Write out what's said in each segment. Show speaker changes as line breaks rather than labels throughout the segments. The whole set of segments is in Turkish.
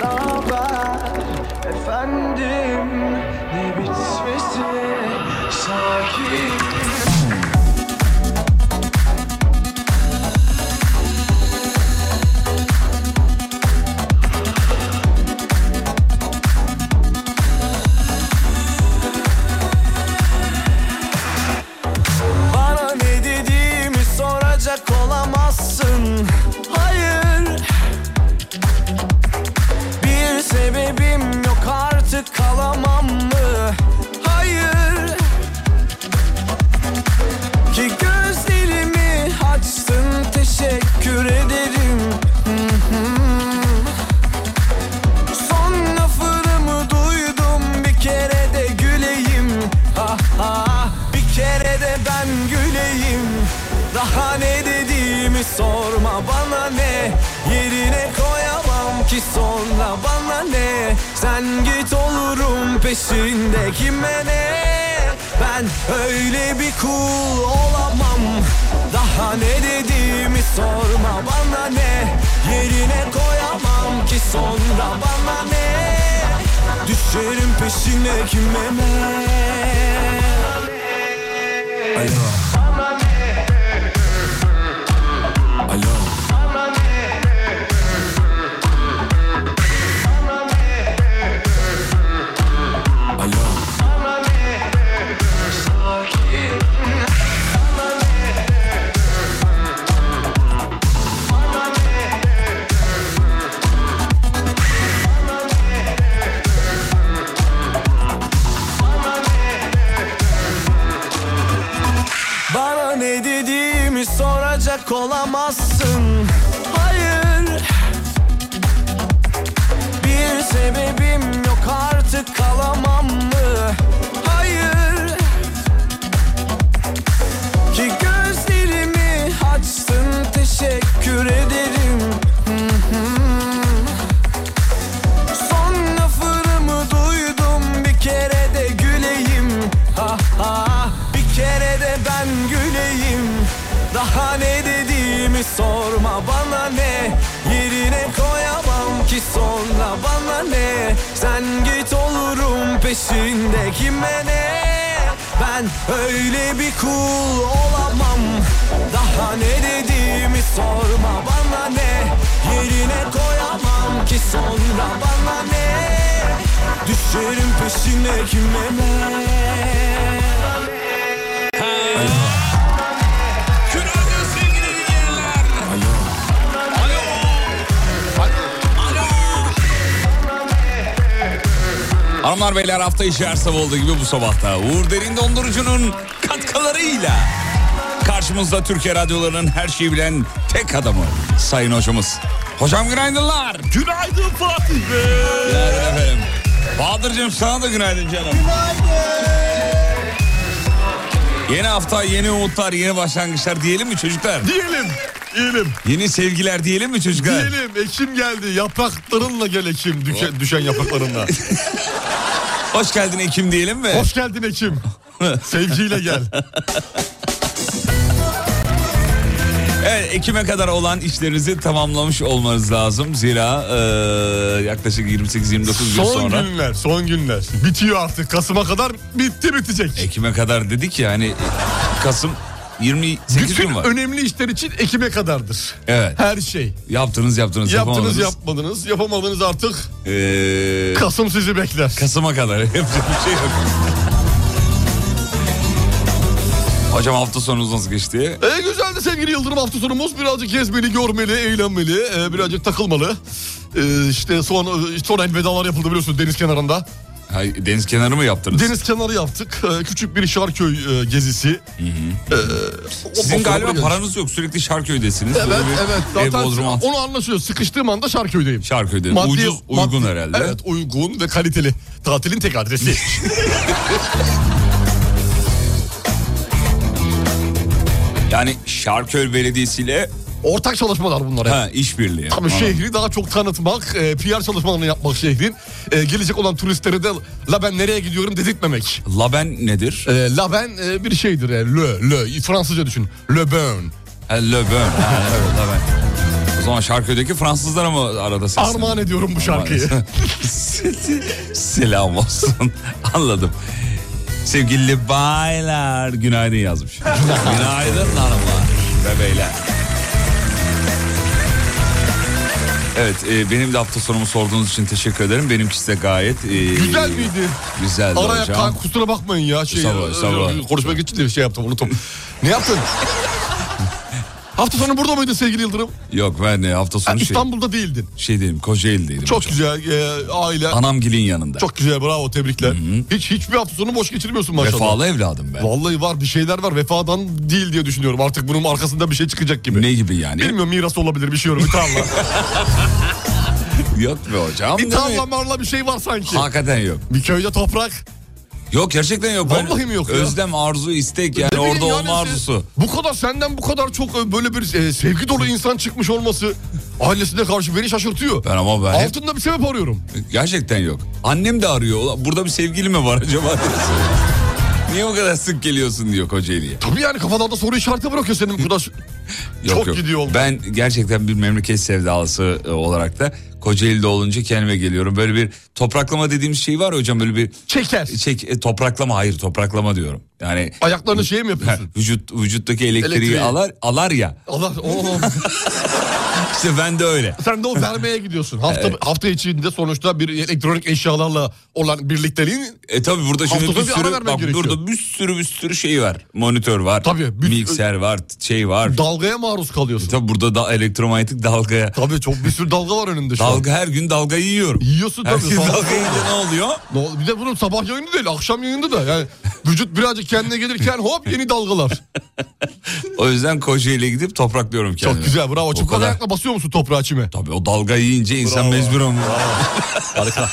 Naber efendim ne bitmesi sakin Bana ne dediğimi soracak olamazsın Hayır bir sebebim yok artık kalamam mı? Hayır Ki gözlerimi açtın teşekkür ederim Hı hı. Son lafımı duydum bir kere de güleyim ha, ha. Bir kere de ben güleyim Daha ne dediğimi sorma bana ne Yerine koyamam ki sonra bana ne Sen git olurum peşinde kime ne Ben öyle bir kul olamam Daha ne dediğimi sorma bana ne Yerine koyamam ki sonra bana ne Düşerim peşine kime ne Alo Alo Alo Bana ne dediğimi soracak olamazsın Hayır Bir sebebim yok artık kalamam mı? Hayır Ki gözlerimi açtın teşekkür ederim Hı hı. Son lafımı duydum bir kere de güleyim ha, ha. Bir kere de ben güleyim Daha ne dediğimi sorma bana ne Yerine koyamam ki sonra bana ne Sen git olurum peşinde kime ne ben öyle bir kul olamam Daha ne dediğimi sorma bana ne Yerine koyamam ki sonra bana ne Düşerim peşine kime ne
Günaydın sevgili dinleyenler. Alo. Alo. Alo. Hanımlar beyler hafta içi her sabah olduğu gibi bu sabahta Uğur Derin Dondurucu'nun katkılarıyla karşımızda Türkiye radyolarının her şeyi bilen tek adamı Sayın Hocamız. Hocam günaydınlar.
Günaydın Fatih Bey.
Günaydın efendim. Bahadır'cığım sana da günaydın canım. Günaydın. Yeni hafta, yeni umutlar, yeni başlangıçlar diyelim mi çocuklar?
Diyelim. Diyelim.
Yeni sevgiler diyelim mi çocuklar? Oh.
Diyelim. Ekim geldi. Yapraklarınla gel Ekim. Düşen, düşen yapraklarınla.
Hoş geldin Ekim diyelim mi?
Hoş geldin Ekim. Sevgiyle gel.
Evet Ekim'e kadar olan işlerinizi tamamlamış olmanız lazım. Zira eee, yaklaşık 28-29 gün
son
sonra.
günler. Son günler. Bitiyor artık. Kasım'a kadar bitti bitecek.
Ekim'e kadar dedik ya hani Kasım 28
Bütün
gün var.
önemli işler için Ekim'e kadardır.
Evet.
Her şey.
Yaptınız yaptınız
Yaptınız
yapamadınız.
yapmadınız. Yapamadınız artık.
Eee,
Kasım sizi bekler.
Kasım'a kadar yapacak bir şey yok. Hocam hafta sonunuz nasıl geçti?
E, güzeldi sevgili Yıldırım hafta sonumuz. Birazcık gezmeli, görmeli, eğlenmeli, e, birazcık takılmalı. E, işte son son elvedalar yapıldı biliyorsunuz deniz kenarında.
Hay, deniz kenarı mı yaptınız?
Deniz kenarı yaptık. E, küçük bir Şarköy e, gezisi. E, o- o-
Sizin galiba
sonra-
paranız yok sürekli Şarköy'desiniz.
Evet,
Böyle bir
evet.
ev
Zaten
Bodrum alt-
onu anlaşıyor. Sıkıştığım anda Şarköy'deyim.
Şarköy'de. Ucuz, uygun herhalde.
Evet, uygun ve kaliteli. Tatilin tek adresi.
Yani Şarköy Belediyesi ile
Ortak çalışmalar bunlar. hep.
Ha işbirliği.
Tabii şey,
Anladım.
şehri daha çok tanıtmak, e, PR çalışmalarını yapmak şehrin. E, gelecek olan turistlere de la ben nereye gidiyorum dedirtmemek.
Laben nedir?
E, la ben e, bir şeydir. E, le, le, Fransızca düşün. Le bon.
Ha, Le Bon. Ha, evet, Laben. O zaman şarkıdaki Fransızlara mı arada seslen?
Armağan ediyorum bu şarkıyı.
Selam olsun. Anladım. Sevgili baylar günaydın yazmış. günaydın hanımlar ve beyler. Evet e, benim de hafta sonumu sorduğunuz için teşekkür ederim. Benimkisi de gayet e,
Güzel miydi?
Güzeldi
Araya
hocam.
kan, kusura bakmayın ya. Şey,
Estağfurullah, estağfurullah.
Konuşmak için de şey yaptım unuttum. ne yaptın? Hafta sonu burada mıydın sevgili Yıldırım?
Yok ben e, hafta
Ha,
sonu şey,
İstanbul'da değildin.
şey değilim Kocaeli'deydim.
Çok
hocam.
güzel e, aile.
Anam gilin yanında.
Çok güzel bravo tebrikler. Hiç hiçbir hafta sonu boş geçirmiyorsun maşallah.
Vefalı evladım ben.
Vallahi var bir şeyler var vefadan değil diye düşünüyorum. Artık bunun arkasında bir şey çıkacak gibi.
Ne gibi yani?
Bilmiyorum miras olabilir bir şey olur bir tarla.
Yok be hocam.
bir
değil mi?
tarla marla bir şey var sanki.
Hakikaten yok.
Bir köyde toprak.
Yok gerçekten yok.
Vallahi mi yok ya?
Özlem, arzu, istek yani
Ne bileyim
orada olma
sen-
arzusu.
Bu kadar senden bu kadar çok e, böyle bir e, sevgi dolu insan çıkmış olması ailesine karşı beni şaşırtıyor.
Ben ama ben hep- E-
Altında bir sebep arıyorum.
gerçekten yok. Annem de arıyor. Ulan Burada bir sevgili mi var acaba? diyorsun. Niye o kadar sık geliyorsun diyor Kocaeli'ye.
Tabii yani kafalarda soru işareti bırakıyor senin bu kadar.
Yok,
Çok
yok.
gidiyor olma.
Ben gerçekten bir memleket sevdalısı e, olarak da Kocaeli'de olunca kendime geliyorum. Böyle bir topraklama dediğimiz şey var ya hocam böyle bir
Çeker.
çek e, topraklama hayır topraklama diyorum. Yani
Ayaklarını şey mi
ha,
yapıyorsun?
vücut vücuttaki elektriği,
Elektriği.
alar alar ya.
Allah o
İşte ben de öyle.
sen de o vermeye gidiyorsun. Hafta hafta içinde sonuçta bir elektronik eşyalarla olan birlikteliğin
E tabi burada şimdi
Haftada
bir
bir ara
sürü
vermen
bak
gerekiyor.
burada bir sürü bir sürü şey var. Monitör var.
Tabii, bir-
mikser var, şey var.
dalgaya maruz kalıyorsun.
tabi burada da elektromanyetik dalgaya.
Tabii çok bir sürü dalga var önünde şu an.
Dalga her gün dalga yiyorum.
Yiyorsun
Her
tabii.
gün
Sabah-
dalga yiyince ne oluyor?
Ne oldu? Bir de bunun sabah yayını değil akşam yayını da yani vücut birazcık kendine gelirken hop yeni dalgalar.
O yüzden Kocaeli'ye gidip topraklıyorum kendimi.
Çok güzel bravo.
O
Çok
kadar.
ayakla basıyor musun toprağa çime?
Tabii o dalga yiyince insan
Bravo.
mecbur oluyor. Harika.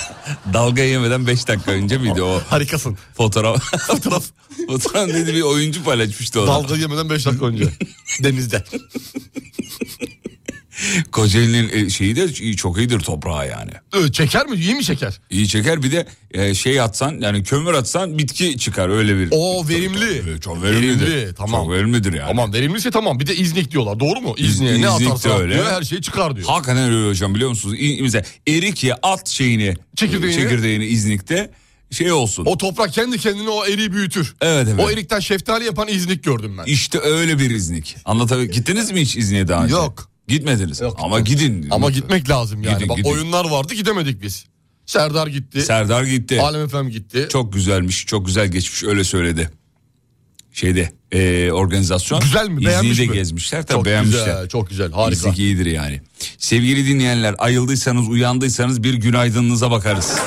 dalga yemeden 5 dakika önce miydi o
Harikasın.
fotoğraf? fotoğraf. fotoğraf dedi bir oyuncu paylaşmıştı onu.
Dalga yemeden 5 dakika önce. Denizde.
Kocaeli'nin e, şeyi de iyi- çok iyidir toprağa yani.
Ö, Çeker mi? İyi mi çeker?
İyi çeker bir de e, şey atsan yani kömür atsan bitki çıkar öyle bir.
O verimli.
Tabii, Çok verimlidir.
Verimli, tamam.
Çok verimlidir yani.
Tamam verimliyse tamam. Bir de iznik diyorlar. Doğru mu? İzniğe
İznik
ne
de
atarsa at
öyle.
diyor, her şeyi çıkar diyor.
Hakikaten öyle hocam biliyor musunuz? İ- Mesela erikye at şeyini
Çekirdeğini.
çekirdeğini İznik'te şey olsun.
O toprak kendi kendine o eriği büyütür.
Evet, evet.
O erikten şeftali yapan iznik gördüm ben.
İşte öyle bir İznik. Anlatabiliyor. Gittiniz mi hiç İznik'e daha önce?
Yok.
Gitmediniz.
Yok.
Ama gidin.
Ama gitmek lazım yani.
Gidin,
Bak
gidin.
oyunlar vardı gidemedik biz. Serdar gitti.
Serdar gitti.
Alem Efem gitti.
Çok güzelmiş. Çok güzel geçmiş öyle söyledi. Şeyde e, organizasyon.
Güzel mi? Beğenmiş
İznik'i de
mi?
gezmişler tabii
çok
beğenmişler.
güzel, çok güzel. Harika.
İzlik iyidir yani. Sevgili dinleyenler ayıldıysanız uyandıysanız bir günaydınınıza bakarız.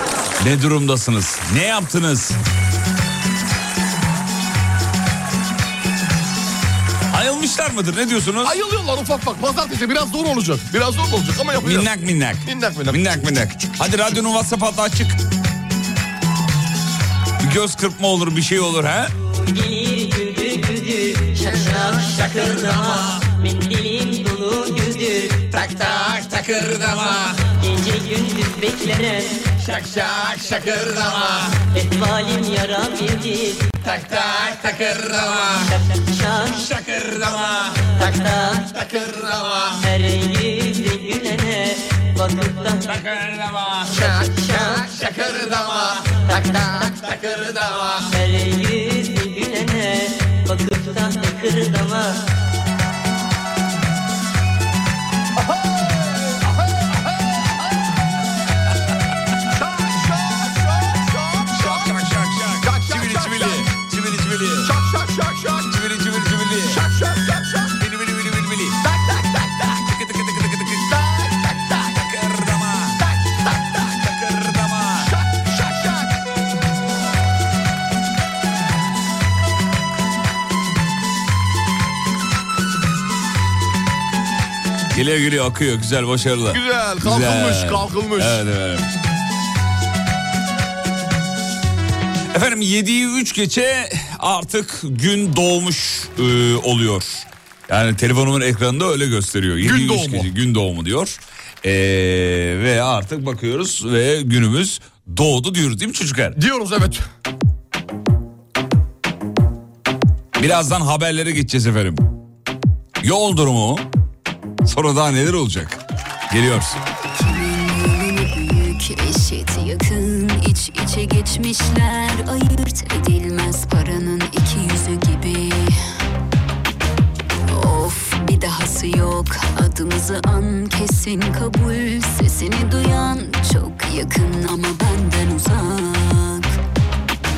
Ne durumdasınız? Ne yaptınız? Ayılmışlar mıdır? Ne diyorsunuz?
Ayılıyorlar ufak bak. Pazartesi biraz zor olacak. Biraz zor olacak ama yapacağız.
Minnak minnak.
Minnak minnak.
Minnak minnak. Hadi radyonun WhatsApp hattı açık. Bir göz kırpma olur bir şey olur ha?
Gelir güdü güdü şakır şakırdama Mendilim dolu güdü tak tak takırdama Gece gündüz beklere şak şak şakırdama Etvalim yara bildi tak tak takırdama Şak şak şakırdama tak tak takırdama Her yüzü gülene bakıp da takırdama Şak şak şakırdama tak tak takırdama Her yüzü gülene bakıp da takırdama
Şak şak şak şak. Çivili çivili. Çivili çivili. Şak şak şak şak. Çivili çivili çivili. Şak şak şak şak. Bili bili bili bili bili. Tak tak tak tak. Tıkı tıkı tıkı tıkı tıkı. Tak tak tak. Takırdama. Tak tak tak. Takırdama. Şak şak şak. Geliyor geliyor akıyor güzel başarılı.
Güzel, kalkılmış, kalkılmış.
Evet evet. Efendim 7'yi 3 geçe artık gün doğmuş e, oluyor. Yani telefonumun ekranında öyle gösteriyor. Yedi
Gün
üç
doğumu.
gece, gün doğumu diyor. Ee, ve artık bakıyoruz ve günümüz doğdu diyoruz değil mi çocuklar?
Diyoruz evet.
Birazdan haberlere gideceğiz efendim. Yol durumu sonra daha neler olacak? Geliyoruz.
Büyük eşit yakın iç içe geçmişler ayırt edilmez paranın iki yüzü gibi Of bir dahası yok adımızı an kesin kabul sesini duyan çok yakın ama benden uzak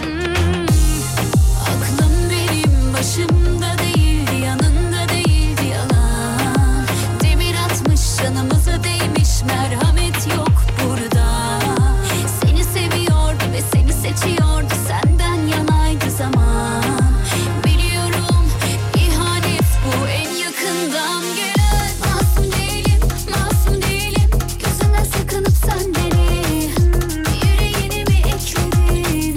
Hmm. Aklım benim başımda değildi yanında değildi yalan Demir atmış canımıza değmiş merhamet yok burada Seni seviyordu ve seni seçiyordu senden yanaydı zaman Biliyorum ihanet bu en yakından gelen Masum değilim masum değilim gözüme sakınıp sen beni Yüreğini mi ekledin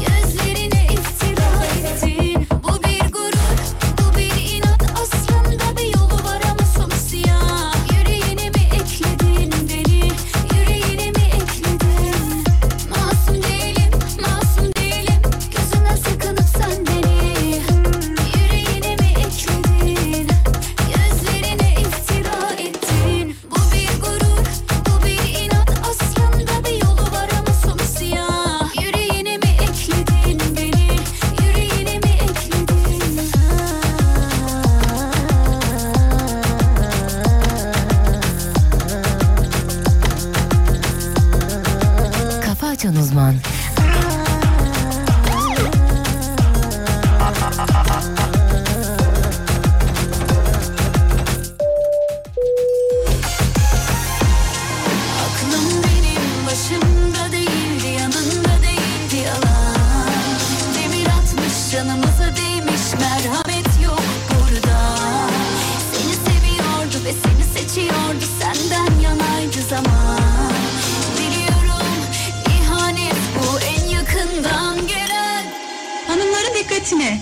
Gözlerine iftira ettin Bu bir gurur, bu bir inat Aslında bir yolu var ama sonu siyah Yüreğine mi ekledin beni Yüreğine mi ekledin Masum değilim, masum değilim Gözüne sakınıp sen beni Yüreğine mi ekledin Gözlerine iftira ettin Bu bir gurur, bu bir inat Aslında bir yolu var ama sonu siyah Yüreğine mi ekledin beni Yüreğine mi ekledin
Kafa Açan Uzman.
Aklım benim başımda değildi yanında değildi yalan Demir atmış canımıza değmiş merhamet yok burada Seni seviyordu ve seni seçiyordu senden yanaydı zaman Biliyorum ihanet bu en yakından gelen Hanımların dikkatine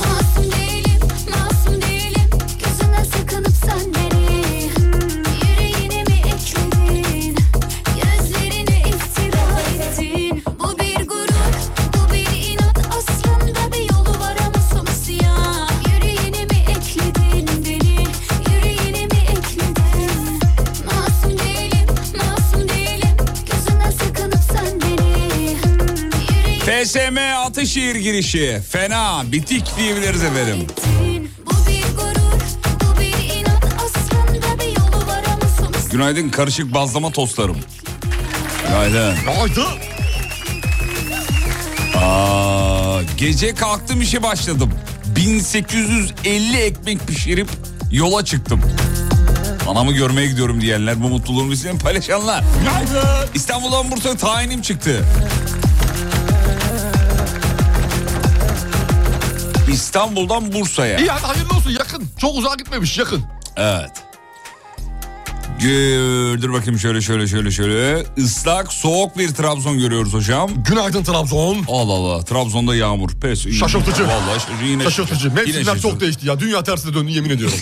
Masum değilim, masum değilim Gözüne sakınıp sen beni Yüreğine mi ekledin Gözlerine iftira ettin Bu bir gurur, bu bir inat Aslında bir yolu var ama sonu siyah Yüreğine mi ekledin beni Yüreğine mi ekledin Masum değilim, masum değilim Gözüne sakınıp sen beni Yüreğine
TSM Atışehir girişi. Fena, bitik diyebiliriz efendim.
bu bir gurur, bu bir inat aslında bir yolu var ama sonu
Günaydın karışık bazlama tostlarım. Günaydın.
Haydi.
Aa, gece kalktım işe başladım. 1850 ekmek pişirip yola çıktım. Anamı görmeye gidiyorum diyenler bu mutluluğumu bizimle paylaşanlar. Günaydın. İstanbul'dan Bursa'ya tayinim çıktı. İstanbul'dan Bursa'ya.
İyi hadi hayırlı olsun yakın. Çok uzağa gitmemiş yakın.
Evet. Gü- Dur bakayım şöyle şöyle şöyle şöyle. Islak soğuk bir Trabzon görüyoruz hocam.
Günaydın Trabzon.
Allah Allah Trabzon'da yağmur. Pes.
Şaşırtıcı.
Vallahi şaş- yine
Şaşırtıcı.
Yine
Mevsimler
şaşırtıcı.
çok değişti ya. Dünya tersine döndü yemin ediyorum.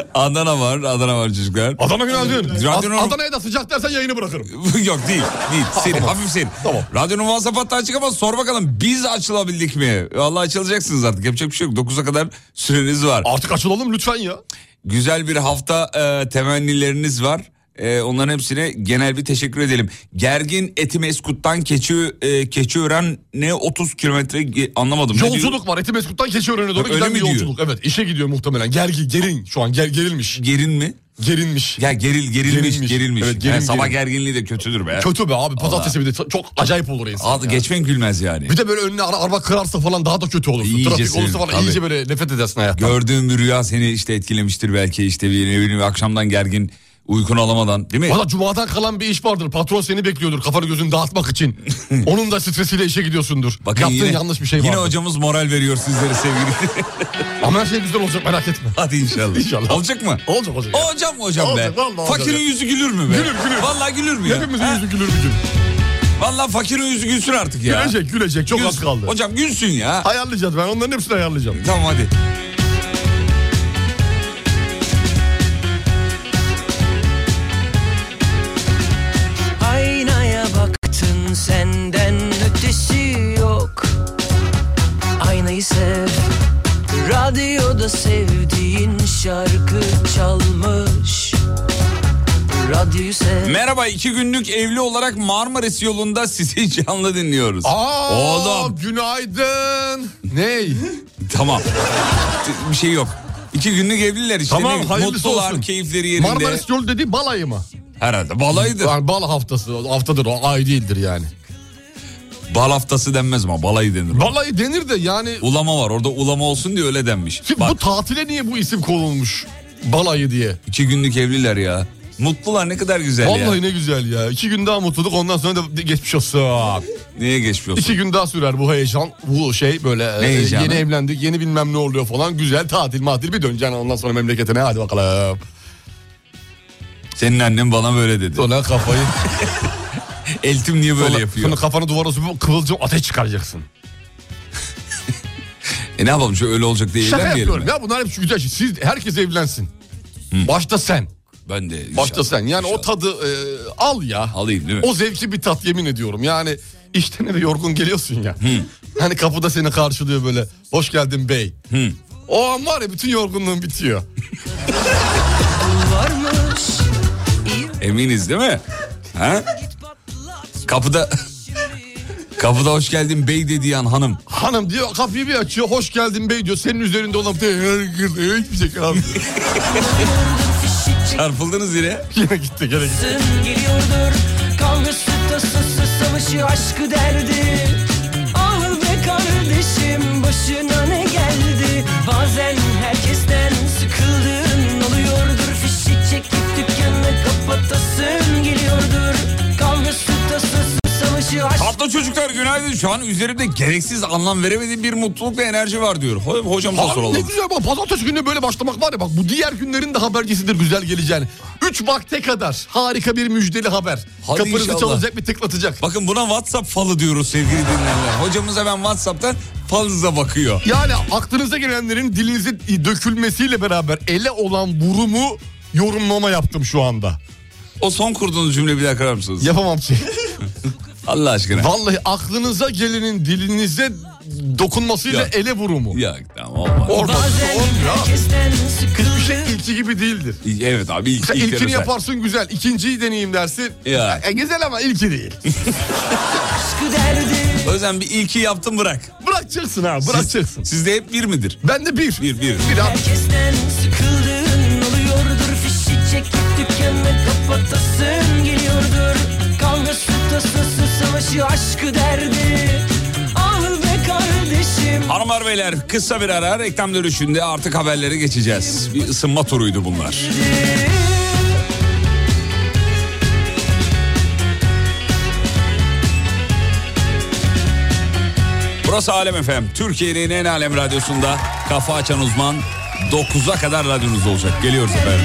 Adana var, Adana var çocuklar.
Adana günaydın.
Radyo-
Ad- Adana'ya da sıcak dersen yayını bırakırım.
Yok değil, değil. Serin, hafif serin.
Tamam.
Radyonun WhatsApp hattı açık ama sor bakalım biz açılabildik mi? Vallahi açılacaksınız artık. Yapacak bir şey yok. 9'a kadar süreniz var.
Artık açılalım lütfen ya.
Güzel bir hafta e, temennileriniz var. E, onların hepsine genel bir teşekkür edelim. Gergin Etimeskut'tan Keçi e, Keçiören ne 30 kilometre ge- anlamadım. Ne diyor?
Yolculuk var. Etimesgut'tan Keçiören'e doğru
Öyle
giden
mi
bir
diyor?
yolculuk. Evet işe gidiyor muhtemelen. Gergi, gerin şu an ger, gerilmiş.
Gerin mi?
Gerilmiş.
Ya geril gerilmiş gerilmiş.
Gerilmiş. Evet,
Yani
gerin,
sabah
gerin.
gerginliği de kötüdür be.
Kötü be abi pazartesi bir de çok acayip olur insan.
Adı
ya.
geçmen gülmez yani.
Bir de böyle önüne ara, araba kırarsa falan daha da kötü olursun.
İyice
Trafik olursa
senin,
falan
tabii.
iyice böyle nefret edersin hayattan.
Gördüğün bir rüya seni işte etkilemiştir belki işte bir ne bileyim akşamdan gergin uykunu alamadan değil mi?
Valla cumadan kalan bir iş vardır. Patron seni bekliyordur kafanı gözünü dağıtmak için. Onun da stresiyle işe gidiyorsundur.
Bakın
Yaptığın
yine-
yanlış bir şey
Yine
var.
hocamız moral veriyor sizlere sevgili.
Ama her şey güzel olacak merak etme.
Hadi inşallah.
İnşallah.
Olacak mı?
Olacak olacak.
O hocam mı hocam
Olacak,
be?
vallahi olacak
Fakirin
ya.
yüzü gülür mü be?
Gülür, gülür.
Vallahi gülür mü ya?
Hepimizin
Ha?
yüzü gülür bir gün.
Vallahi fakir yüzü gülsün artık ya.
Gülecek gülecek çok az
Gülsün.
kaldı.
Hocam gülsün ya.
Ayarlayacağız ben onların hepsini ayarlayacağım.
Tamam hadi.
Aynaya baktın senden ötesi yok Aynayı sev Radyoda sevdiğin şarkı çalmış Radyoyu sev
Merhaba iki günlük evli olarak Marmaris yolunda sizi canlı dinliyoruz.
Aa,
Oğlum
Günaydın. Ney?
tamam. Bir şey yok. İki günlük evliler işte.
Tamam,
Ne-
hayırlısı
Mutlular,
olsun.
keyifleri yerinde. E,
Marmaris yolu dediği balayı mı?
Herhalde balaydı.
Yani bal haftası. Haftadır o ay değildir yani.
Bal haftası denmez ama balayı denir.
Balayı denir de yani
Ulama var orada ulama olsun diye öyle denmiş.
Ki
Bak
bu tatile niye bu isim konulmuş? Balayı diye.
iki günlük evliler ya. Mutlular ne kadar güzel
Vallahi
ya.
ne güzel ya. İki gün daha mutluluk ondan sonra da geçmiş olsun.
Niye geçmiyorsun?
İki gün daha sürer bu heyecan. Bu şey böyle e,
heyecanı?
yeni evlendik yeni bilmem ne oluyor falan. Güzel tatil matil bir döneceksin ondan sonra memleketine hadi bakalım.
Senin annen bana böyle dedi.
Sonra kafayı
Eltim niye böyle
sonra-
yapıyor?
Sonra kafanı duvara sürüp kıvılcım ateş çıkaracaksın.
E ne yapalım şu öyle olacak diye
Şaka
eğlenmeyelim
yapıyorum
mi?
ya bunlar hep şu güzel şey. Siz, herkes evlensin. Başta sen.
Ben de. inşallah,
Başta sen. Yani o
inşallah.
tadı e, al ya.
Alayım değil mi?
O zevkli bir tat yemin ediyorum. Yani işten eve yorgun geliyorsun ya. Hani kapıda seni karşılıyor böyle. Hoş geldin bey. O an var ya bütün yorgunluğun bitiyor.
varmış
Eminiz değil mi? Ha? Kapıda... Kapıda hoş geldin bey dediği an hanım.
Hanım diyor kapıyı bir açıyor. Hoş geldin bey diyor. Senin üzerinde olan hiçbir şey kalmıyor.
Çarpıldınız yine.
Yine gitti gene gitti.
Sın geliyordur Kavgası tasası savaşı aşkı derdi Ah be kardeşim başına ne geldi Bazen herkesten sıkıldığın oluyordur Fişi çekip dükkanı kapatasın geliyordur Kavgası tasası savaşı aşkı
Tatlı çocuklar günaydın. Şu an üzerimde gereksiz anlam veremediğim bir mutluluk ve enerji var diyor. Ho- Hocamıza
Abi ne
soralım.
güzel bak pazartesi gününe böyle başlamak var ya bak bu diğer günlerin de habercisidir güzel geleceğini. 3 vakte kadar harika bir müjdeli haber.
Hadi
Kapınızı
inşallah.
çalacak bir tıklatacak.
Bakın buna WhatsApp falı diyoruz sevgili dinleyenler. Hocamıza ben WhatsApp'tan falınıza bakıyor.
Yani aklınıza gelenlerin dilinize dökülmesiyle beraber ele olan vurumu yorumlama yaptım şu anda.
O son kurduğunuz cümle bir daha kırar mısınız?
Yapamam ki.
Allah aşkına.
Vallahi aklınıza gelenin dilinize dokunmasıyla
Ya.
ele vurumu.
ya tamam olmaz.
Orada
Bazen
olmuyor.
herkesten
Hiçbir
sıkıldığın
şey ilki gibi değildir.
Evet abi ilk,
Sen
ilk
ilkini
yarı-
yaparsın güzel. İkinciyi deneyeyim dersin.
Ya.
E, güzel ama ilki değil.
aşkı derdi
O yüzden bir ilki yaptım bırak.
Bırakacaksın ha bırakacaksın.
Siz, sizde hep bir midir?
Ben de bir.
Bir, bir.
Bir abi.
Herkesten sıkıldığın oluyordur Fişi çekip dükkanı kapatasın geliyordur Kavgası tasası savaşı aşkı derdi Ah be kardeşim
Hanımlar beyler kısa bir ara reklam dönüşünde artık haberlere geçeceğiz. Bir ısınma turuydu bunlar. Burası Alem FM. Türkiye'nin en alem radyosunda kafa açan uzman 9'a kadar radyonuz olacak. Geliyoruz efendim.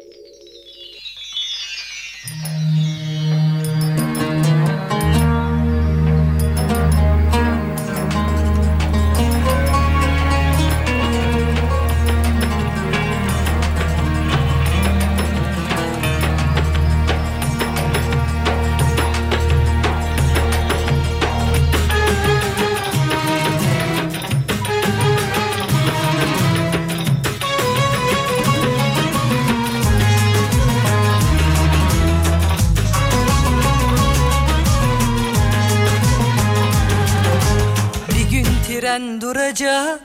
Bir gün tren duracak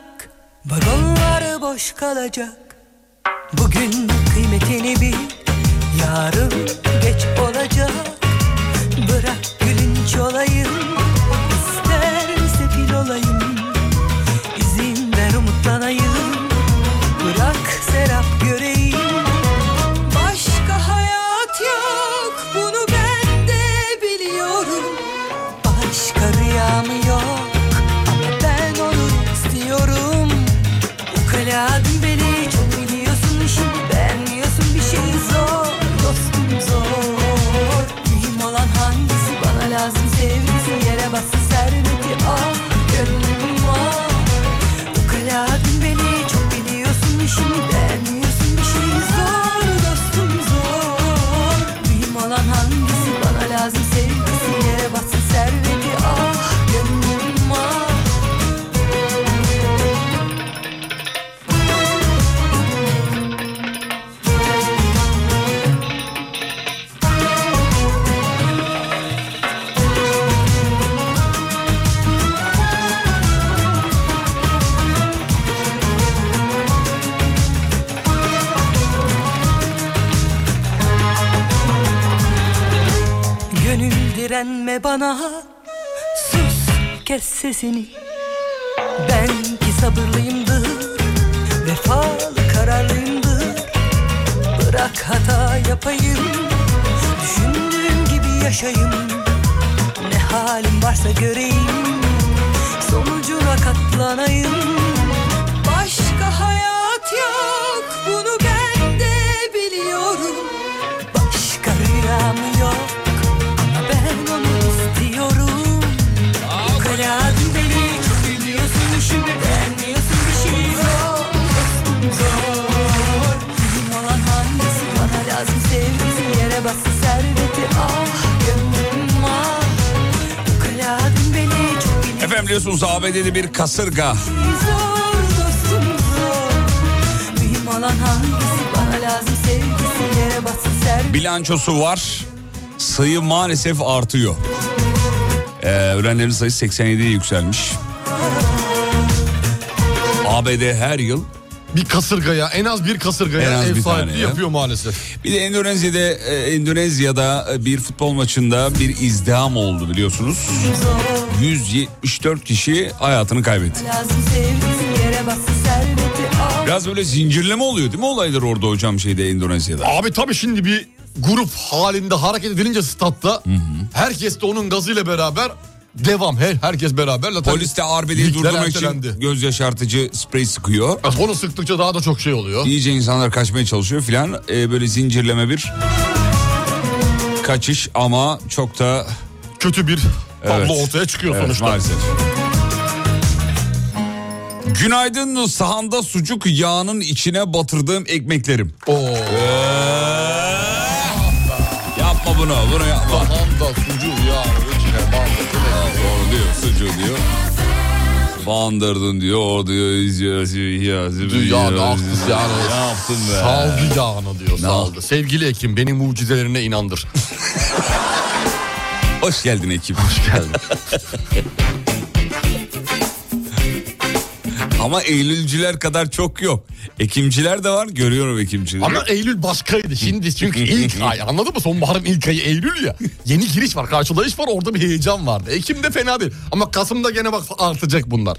Vagonlar boş kalacak Bugün kıymetini bil Yarın geç olacak Bırak gülünç olayım İster sefil olayım İzin ver umutlanayım Bırak serap göreyim Başka hayat yok Bunu ben de biliyorum Başka rüyam yok Ama ben onu istiyorum ah, ah, direnme bana Sus kes sesini Ben ki sabırlıyımdır Vefalı kararlıyımdır Bırak hata yapayım Düşündüğüm gibi yaşayayım Ne halim varsa göreyim Sonucuna katlanayım Başka hayat yok Bunu ben de biliyorum Başka rüyam yok Ama ben onu istiyorum Bu kadarın beni Çok biliyorsun şimdi Beğenmiyorsun bir şey yok Zor Benim olan hangisi bana lazım Sevgisi yere bastı serveti Ah gönlüm ah Bu kadarın beni Çok biliyorsun
Efendim biliyorsunuz ABD'de bir kasırga
Zor dostum zor Mühim olan hangisi bana lazım Sevgisi yere batsın servis
bilançosu var. Sayı maalesef artıyor. Ee, ölenlerin sayısı 87'ye yükselmiş. ABD her yıl
Bir kasırgaya en az bir kasırgaya
En az
ev
bir tane
sahipliği
ya.
yapıyor maalesef.
Bir de Endonezya'da e, Endonezya'da e, bir futbol maçında bir izdiham oldu biliyorsunuz. 174 kişi hayatını kaybetti.
lazım Sevgisi yere batsın serveti Ah. al
Biraz böyle zincirleme oluyor değil mi olaylar orada hocam şeyde Endonezya'da?
Abi tabii şimdi bir grup halinde hareket edilince statta herkes de onun gazıyla beraber devam. Her herkes beraber. Zaten
Polis de arbedeyi
ligler
durdurmak için
ertelendi.
göz yaşartıcı sprey sıkıyor.
Ya Onu sıktıkça daha da çok şey oluyor.
İyice insanlar kaçmaya çalışıyor filan. E, böyle zincirleme bir kaçış ama çok da
Kötü bir tablo
Evet.
ortaya çıkıyor
Evet,
sonuçta.
maalesef. Günaydın sahanda sucuk yağının içine batırdığım ekmeklerim. Ee,
Oo.
Yapma bunu, bunu yapma.
Tam da sucuğu ya. içine bandırdı.
Doğru diyor, sucuğu diyor. Bandırdın diyor, o diyor, izliyor, izliyor, izliyor,
Dünyanın
izliyor.
aklısı yani.
Ne yaptın be?
Saldı yağını diyor saldı. Sevgili Ekim beni mucizelerine inandır.
Hoş geldin ekip.
Geldi.
Ama Eylülcüler kadar çok yok. Ekimciler de var, görüyorum ekimcileri.
Ama e- Eylül başkaydı şimdi çünkü ilk ay anladın mı? Sonbaharın ilk ayı Eylül ya. Yeni giriş var karşılayış var orada bir heyecan vardı. E, Ekim'de fena değil ama Kasım'da gene bak artacak bunlar.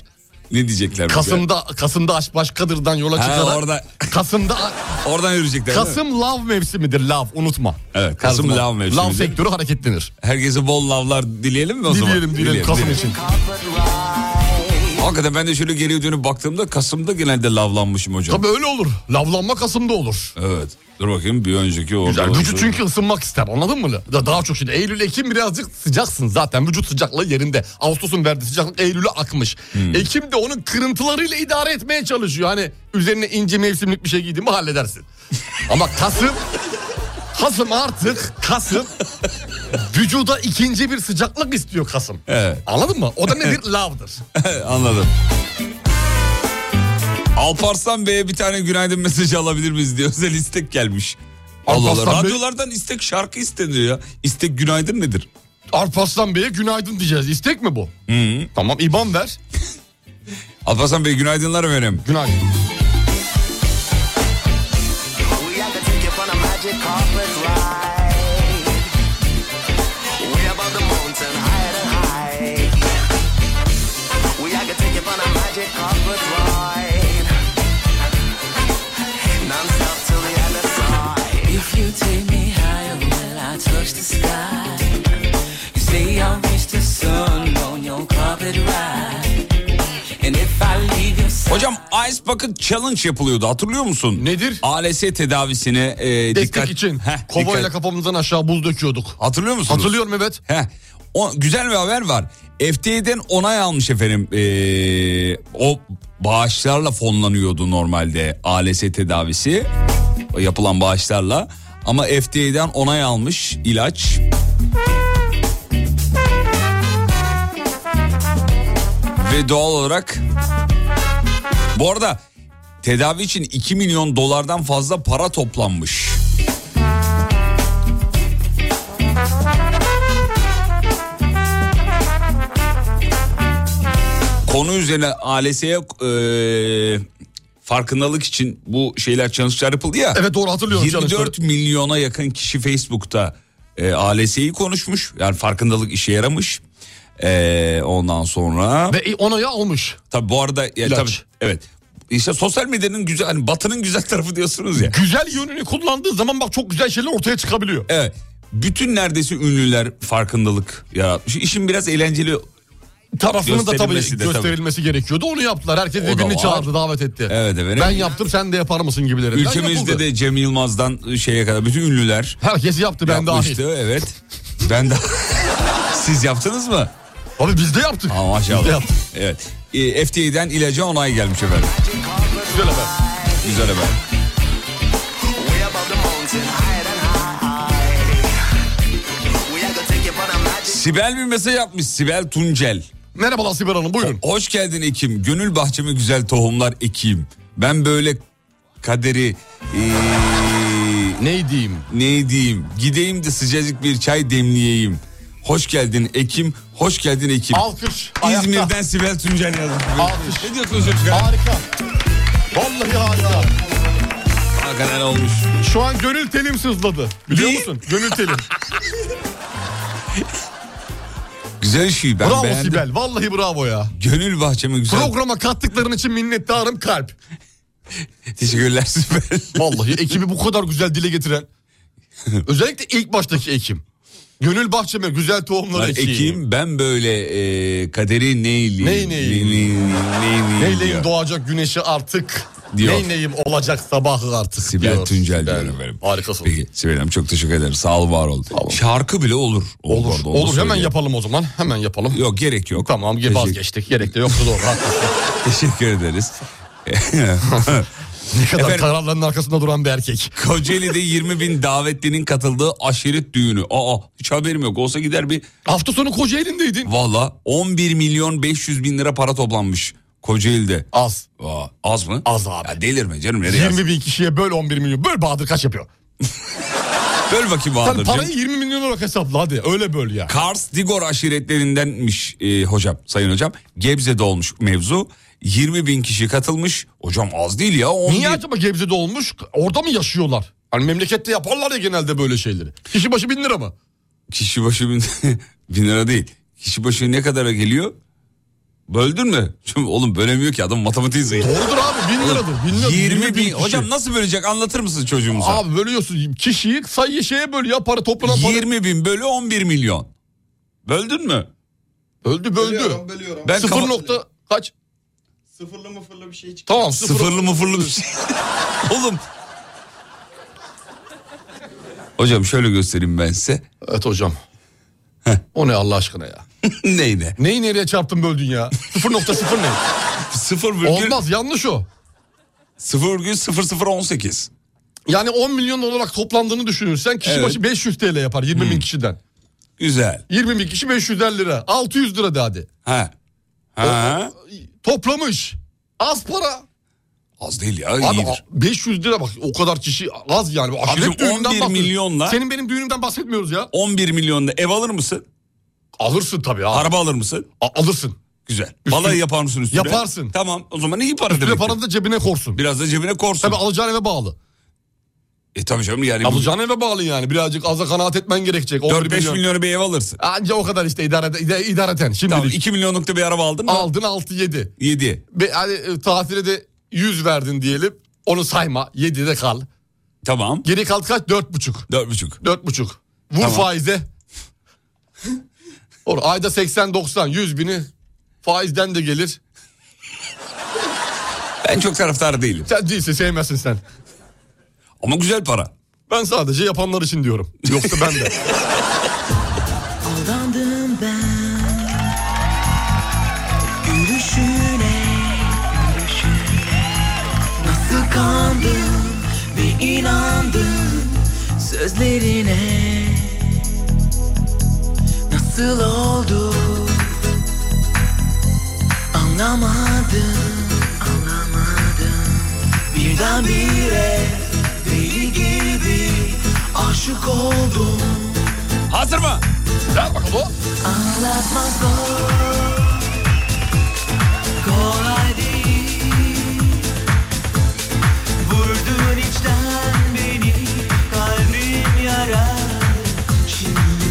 Ne diyecekler? bize?
Kasım'da Kasım'da aş başkadırdan yola
Ha,
çıkarak.
orada-
Kasım'da
Oradan yürüyecekler değil mi?
Kasım lav mevsimidir lav unutma.
Evet, Kasım
Her zaman.
lav mevsimidir.
Lav sektörü hareketlenir.
Herkese bol lavlar dileyelim mi o zaman?
Dileyelim dileyelim Kasım için.
Hakikaten ben de şöyle geriye dönüp baktığımda Kasım'da genelde lavlanmışım hocam.
Tabii öyle olur. Lavlanma Kasım'da olur.
Evet. Dur bakayım bir önceki orada.
Güzel.
oldu.
Vücut çünkü ısınmak ister anladın mı? Da- Daha çok şimdi Eylül, Ekim birazcık sıcaksın zaten. Vücut sıcaklığı yerinde. Ağustos'un verdiği sıcaklık Eylül'e akmış.
Hmm.
Ekim de onun kırıntılarıyla idare etmeye çalışıyor. Hani üzerine ince mevsimlik bir şey giydin mi halledersin. Ama Kasım... Kasım artık Kasım vücuda ikinci bir sıcaklık istiyor Kasım.
Evet.
Anladın mı? O da nedir? Lavdır.
Anladım. Alparslan Bey'e bir tane günaydın mesajı alabilir miyiz diye özel istek gelmiş. Allah Allah.
Alparslan Bey-
Radyolardan istek şarkı isteniyor ya. İstek günaydın nedir?
Arpaslan Bey'e günaydın diyeceğiz. İstek mi bu?
Hmm.
Tamam İban ver.
Alparslan Bey günaydınlar efendim.
Günaydın.
We are to take you on a magic carpet ride. We above the mountain, higher than high. We are to take you on a magic carpet ride. Non-stop till the end of time.
If you take me higher, will I touch the sky? You say I'll reach the sun on your carpet ride. And if I leave your side,
Hocam Ice Bucket Challenge yapılıyordu hatırlıyor musun?
Nedir?
ALS tedavisine e,
Destek
dikkat.
için.
Heh,
Kovayla
dikkat-
kafamızdan aşağı buz döküyorduk.
Hatırlıyor musunuz?
Hatırlıyorum evet.
Heh. O, güzel bir haber var. FDA'den onay almış efendim. Ee, o bağışlarla fonlanıyordu normalde ALS tedavisi. O Yapılan bağışlarla. Ama FDA'den onay almış ilaç. Ve doğal olarak... Bu arada tedavi için 2 milyon dolardan fazla para toplanmış. konu üzerine ALS'ye e, farkındalık için bu şeyler çalışmalar yapıldı ya.
Evet doğru hatırlıyorum
24
çalışları.
milyona yakın kişi Facebook'ta E, ALS'yi konuşmuş. Yani farkındalık işe yaramış. E, ondan sonra...
Ve onayı almış.
Tabii bu arada... Ya,
İlaç.
tabii, evet. İşte sosyal medyanın güzel... Hani batının güzel tarafı diyorsunuz ya.
Güzel yönünü kullandığı zaman bak çok güzel şeyler ortaya çıkabiliyor.
Evet. Bütün neredeyse ünlüler farkındalık yaratmış. İşin biraz eğlenceli
Tarafını da tabii
Gösterilmesi de tabii.
gösterilmesi gerekiyordu. Onu yaptılar. Herkes
da
birbirini
var.
çağırdı, davet etti.
Evet, evet.
Ben yaptım sen de yapar mısın gibilerinden
Ülkemizde
yapıldı.
de Cem Yılmaz'dan şeye kadar bütün ünlüler
Herkes yaptı ben
yapmıştı.
dahil.
Evet. Ben de siz yaptınız mı?
Abi biz de yaptık.
Aa
Biz de
maşallah.
yaptık.
Evet. E, FDA'den ilaca onay gelmiş efendim.
Güzel haber.
Güzel haber.
Way above the mountain, higher than high. We are gonna take you for the magic.
Sibel bir mesaj yapmış. Sibel Tuncel.
Merhabalar Sibel Hanım buyurun.
Hoş geldin Ekim. Gönül bahçeme güzel tohumlar ekeyim. Ben böyle kaderi e,
Ne diyeyim?
ne diyeyim gideyim de sıcacık bir çay demleyeyim. Hoş geldin Ekim. Hoş geldin Ekim.
Alkış.
İzmir'den
Ayakta.
Sibel Tuncel yazmış.
Alkış.
Ne diyorsunuz çocuklar?
Harika. Vallahi harika.
Hakikaten olmuş.
Şu an gönül telim sızladı. Biliyor
Değil.
musun? Gönül telim.
Güzel şey ben
bravo
beğendim.
Sibel. Vallahi bravo ya.
Gönül bahçeme güzel.
Programa kattıkların için minnettarım kalp.
Teşekkürler Sibel.
Vallahi ekibi bu kadar güzel dile getiren. Özellikle ilk baştaki ekim. Gönül bahçeme güzel tohumlar
Lan
ekeyim.
Ekim ben böyle e, kaderi neyleyim?
Ney neyleyim?
Neyleyim? Neyleyim?
Neyleyim
diyor.
doğacak güneşi artık.
Diyor.
Neyleyim olacak sabahı artık
Sibel
diyor.
Tuncel
Sibel.
diyorum benim.
Harikasın.
Peki Sibel Hanım çok teşekkür ederim. Sağ ol var ol. Şarkı bile olur.
Olur.
Orada, onu
olur hemen
söyleyeyim.
yapalım o zaman. Hemen yapalım.
Yok gerek yok.
Tamam
Teşekkür-
vazgeçtik. Gerek de yoktu doğru. haklısın.
Teşekkür ederiz.
ne kadar
Efendim?
kararların arkasında duran bir erkek.
Kocaeli'de 20 bin davetlinin katıldığı aşiret düğünü. Aa hiç haberim yok. Olsa gider bir
Hafta sonu Kocaeli'ndeydin.
Valla 11 milyon 500 bin lira para toplanmış Kocaeli'de.
Az.
Aa, az mı?
Az abi.
Ya delirme canım nereye
20
yazsın?
bin kişiye böl 11 milyon. Böl Bahadır kaç yapıyor?
Böl bakayım
Sen
Bahadır'cığım.
parayı 20 milyon olarak hesapla hadi. Öyle böl ya.
Kars Digor aşiretlerindenmiş e, hocam, sayın hocam. Gebze'de olmuş mevzu. 20 bin kişi katılmış. Hocam az değil ya. 11.
Niye acaba Gebze'de olmuş? Orada mı yaşıyorlar? Hani memlekette yaparlar ya genelde böyle şeyleri. Kişi başı bin lira mı?
Kişi başı bin, bin lira değil. Kişi başı ne kadara geliyor? Böldün mü? Şimdi oğlum bölemiyor ki adam matematiği zayıf.
Doğrudur abi bin liradır. Bin liradır.
20 bin.
kişi.
Hocam nasıl bölecek anlatır mısın çocuğumuza?
Abi bölüyorsun kişiyi sayı şeye böl ya para toplana para.
20 bin bölü 11 milyon. Böldün mü?
Öldü böldü.
Bölüyorum, bölüyorum.
Ben
Sıfır
kafa-
nokta kaç?
Sıfırlı mıfırlı bir şey çıktı.
Tamam sıfır.
Sıfırlı mıfırlı bir şey. Oğlum. Hocam şöyle göstereyim ben size.
Evet hocam. O ne Allah aşkına ya?
Neydi?
Neyi nereye çarptın böldün ya? 0.0 ne?
Sıfır virgül,
Olmaz yanlış o.
sıfır virgül sıfır sıfır on sekiz.
Yani 10 milyon olarak toplandığını düşünürsen kişi
Evet. Hmm.
başı 500 TL yapar 20 bin kişiden.
Güzel.
20 bin kişi 550 lira. 600 lira de hadi.
Ha. Ha.
Toplamış. Az para.
Az değil ya
Abi
iyidir.
a- 500 lira bak o kadar kişi az yani. Bu Aşiret
Abicim,
düğününden
11
bahsediyoruz.
milyonla-
Senin benim düğünümden bahsetmiyoruz ya.
11 milyonda ev alır mısın?
Alırsın tabii abi.
Araba alır mısın?
A- alırsın.
Güzel.
Üstüne-
Balayı yapar mısın üstüne?
Yaparsın.
Tamam o zaman iyi para
Bir de
demek.
paranı da cebine korsun.
Biraz da cebine korsun.
Tabii alacağın eve bağlı.
E tabii canım yani. bu-
Alacağın eve bağlı yani. Birazcık aza kanaat etmen gerekecek. 11
4-5 milyon. milyonu bir ev alırsın.
Anca o kadar işte idare, ida- idareten. Şimdi
Tamam 2 milyonluk da bir araba aldın mı?
aldın 6-7.
7.
Be, hani, e, tatile de 100 verdin diyelim. Onu sayma. 7'de kal.
Tamam.
Geri kal kaç? 4,5.
4,5.
4,5. Vur faize. Or, ayda 80-90 100 bini faizden de gelir.
Ben çok taraftar değilim.
Sen değilsin sevmezsin sen.
Ama güzel para.
Ben sadece yapanlar için diyorum. Yoksa ben de.
Aldandım ben Gülüşüne Nasıl kandım ve inandım Sözlerine Nasıl oldu Anlamadım Anlamadım Birdenbire Deli gibi Aşık oldum
Hazır mı?
Ver bakalım o.
Anlatmaz zor Kolay değil Vurdun içten beni Kalbim yara Şimdi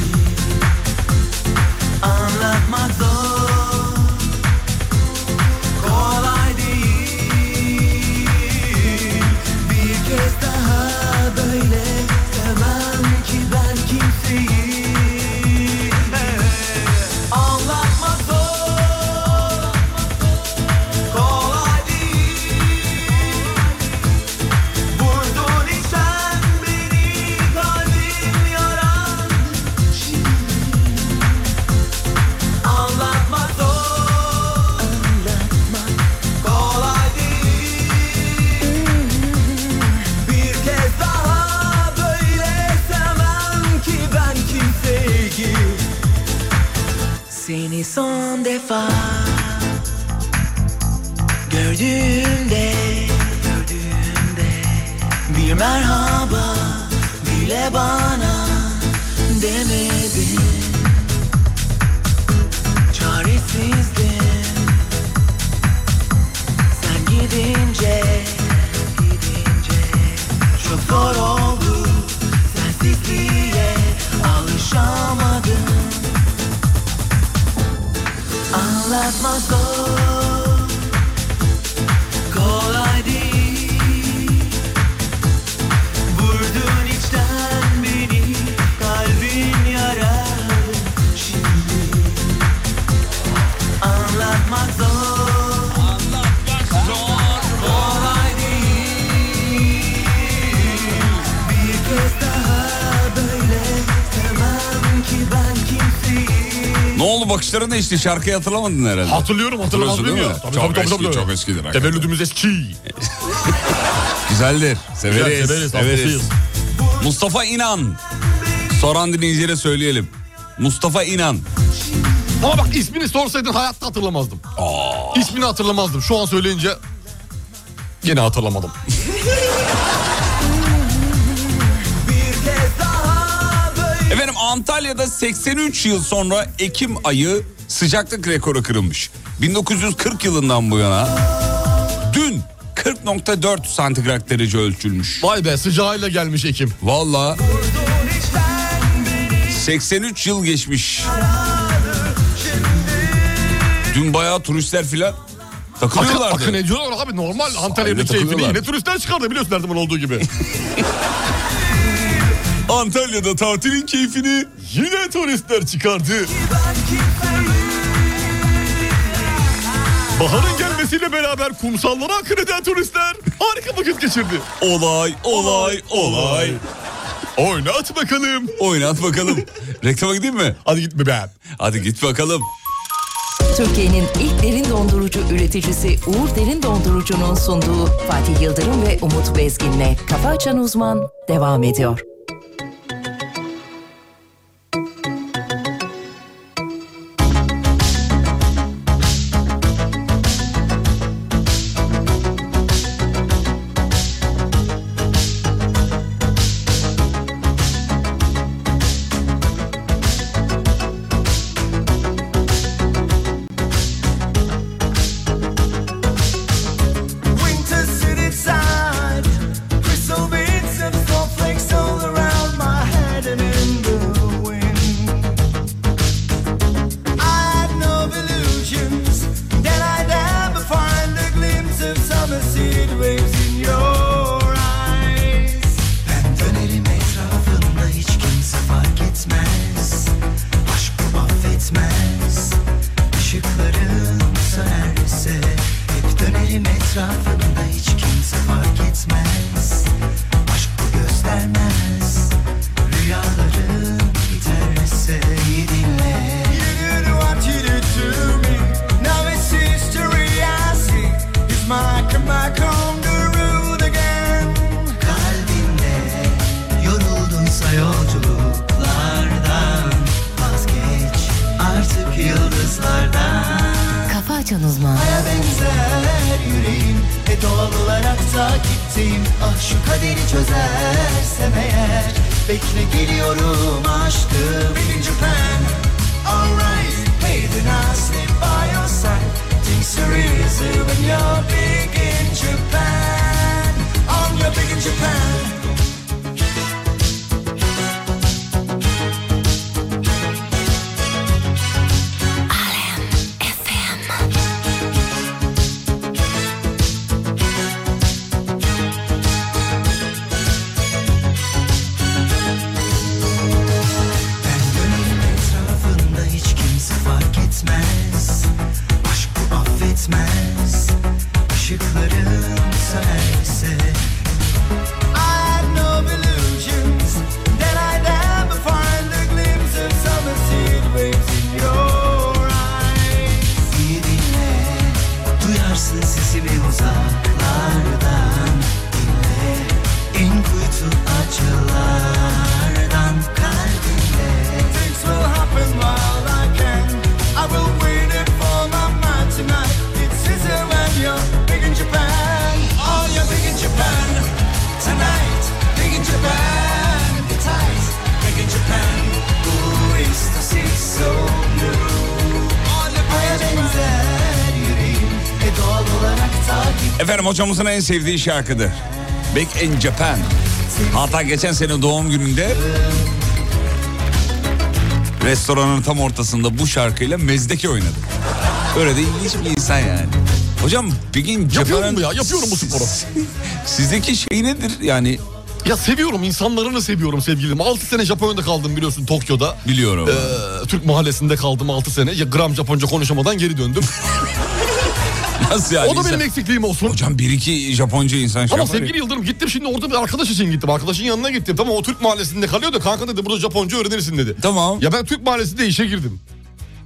Gördüğümde Gördüğümde Bir merhaba bile bana demedin Çaresizdim Sen gidince Gidince Çok zor oldu Sensizliğe alışamadım Anlatmak zor Kolay değil Vurdun içten beni Kalbin yaralı şimdi Anlatmak zor Kolay değil Bir kez daha böyle Demem ki ben kimseyi
Ne oldu bakışların değişti şarkıyı hatırlamadın herhalde.
Hatırlıyorum hatırlamaz
Hatırlıyorsun
mıyım
değil
ya?
mi? Çok eski, çok eskidir hakikaten.
Tevellüdümüz eski.
Güzeldir. Severiz.
Güzel, severiz, hastasıyız.
Mustafa İnan. Soran dinleyicilere söyleyelim. Mustafa İnan.
Ama bak ismini sorsaydın hayatta hatırlamazdım. İsmini hatırlamazdım. Şu an söyleyince gene hatırlamadım.
Efendim Antalya'da 83 yıl sonra Ekim ayı sıcaklık rekoru kırılmış. 1940 yılından bu yana dün 40.4 santigrat derece ölçülmüş.
Vay be sıcağıyla gelmiş Ekim.
Valla 83 yıl geçmiş. Dün bayağı turistler filan
Akın,
takılıyorlardı.
akın ediyorlar abi normal Antalya'nın keyfini
takılıyorlar.
yine turistler çıkardı biliyorsun her zaman olduğu gibi.
Antalya'da tatilin keyfini
yine turistler çıkardı. Baharın gelmesiyle beraber kumsallara akın eden turistler harika vakit geçirdi.
olay olay olay
Oynat bakalım.
oynat bakalım. Reklama gideyim mi?
Hadi gitme be.
Hadi git bakalım.
Türkiye'nin ilk derin dondurucu üreticisi Uğur Derin Dondurucu'nun sunduğu Fatih Yıldırım ve Umut Bezgin'le Kafa Açan Uzman devam ediyor.
Winter city side, crystal bits and snowflakes all around my head and in the wind. I had no illusions that I'd ever find a glimpse of summer seed waves in your eyes. Ben dönerim etrafında hiç kimse fark etmez, aşk bu affetmez. Işıklarım sönerse Hep dönerim etrafında hiç kimse fark etmez Aşk bu göstermez Rüyalarım biterse İyi dinle You do what you do to me Now it's history I see Is my comeback on the road again Kalbimde Yoruldunsa yolculuklardan Vazgeç artık yıldızlardan
Kafa Açan Uzman
Aya benzer yüreğim E doğal olarak takipteyim Ah şu kaderi çözersem eğer Bekle geliyorum aşkım Benim Japan Alright Hey then I sleep by your side Think seriously when you're big in Japan I'm your big in Japan Ben dönerim etrafında hiç kimse fark etmez Aşk bu affetmez Işıklarım sönerse I had no Oh,
Selam hocamızın en sevdiği şarkıdır. Back in Japan. Hatta geçen sene doğum gününde restoranın tam ortasında bu şarkıyla mezdeki oynadı. Öyle de ilginç bir insan yani. Hocam Back in Japan...
Yapıyorum bu ya, yapıyorum bu sporu.
Sizdeki şey nedir yani?
Ya seviyorum insanlarını seviyorum sevgilim. 6 sene Japonya'da kaldım biliyorsun Tokyo'da.
Biliyorum.
Ee, Türk mahallesinde kaldım 6 sene. Ya gram Japonca konuşamadan geri döndüm.
Nasıl yani?
o da
insan-
benim eksikliğim olsun.
Hocam bir iki Japonca insan şey
Ama
yapar ya.
sevgili Yıldırım gittim şimdi orada bir arkadaş için gittim. Arkadaşın yanına gittim. Tamam o Türk mahallesinde kalıyor da kanka dedi burada Japonca öğrenirsin dedi.
Tamam.
Ya ben Türk mahallesinde işe girdim.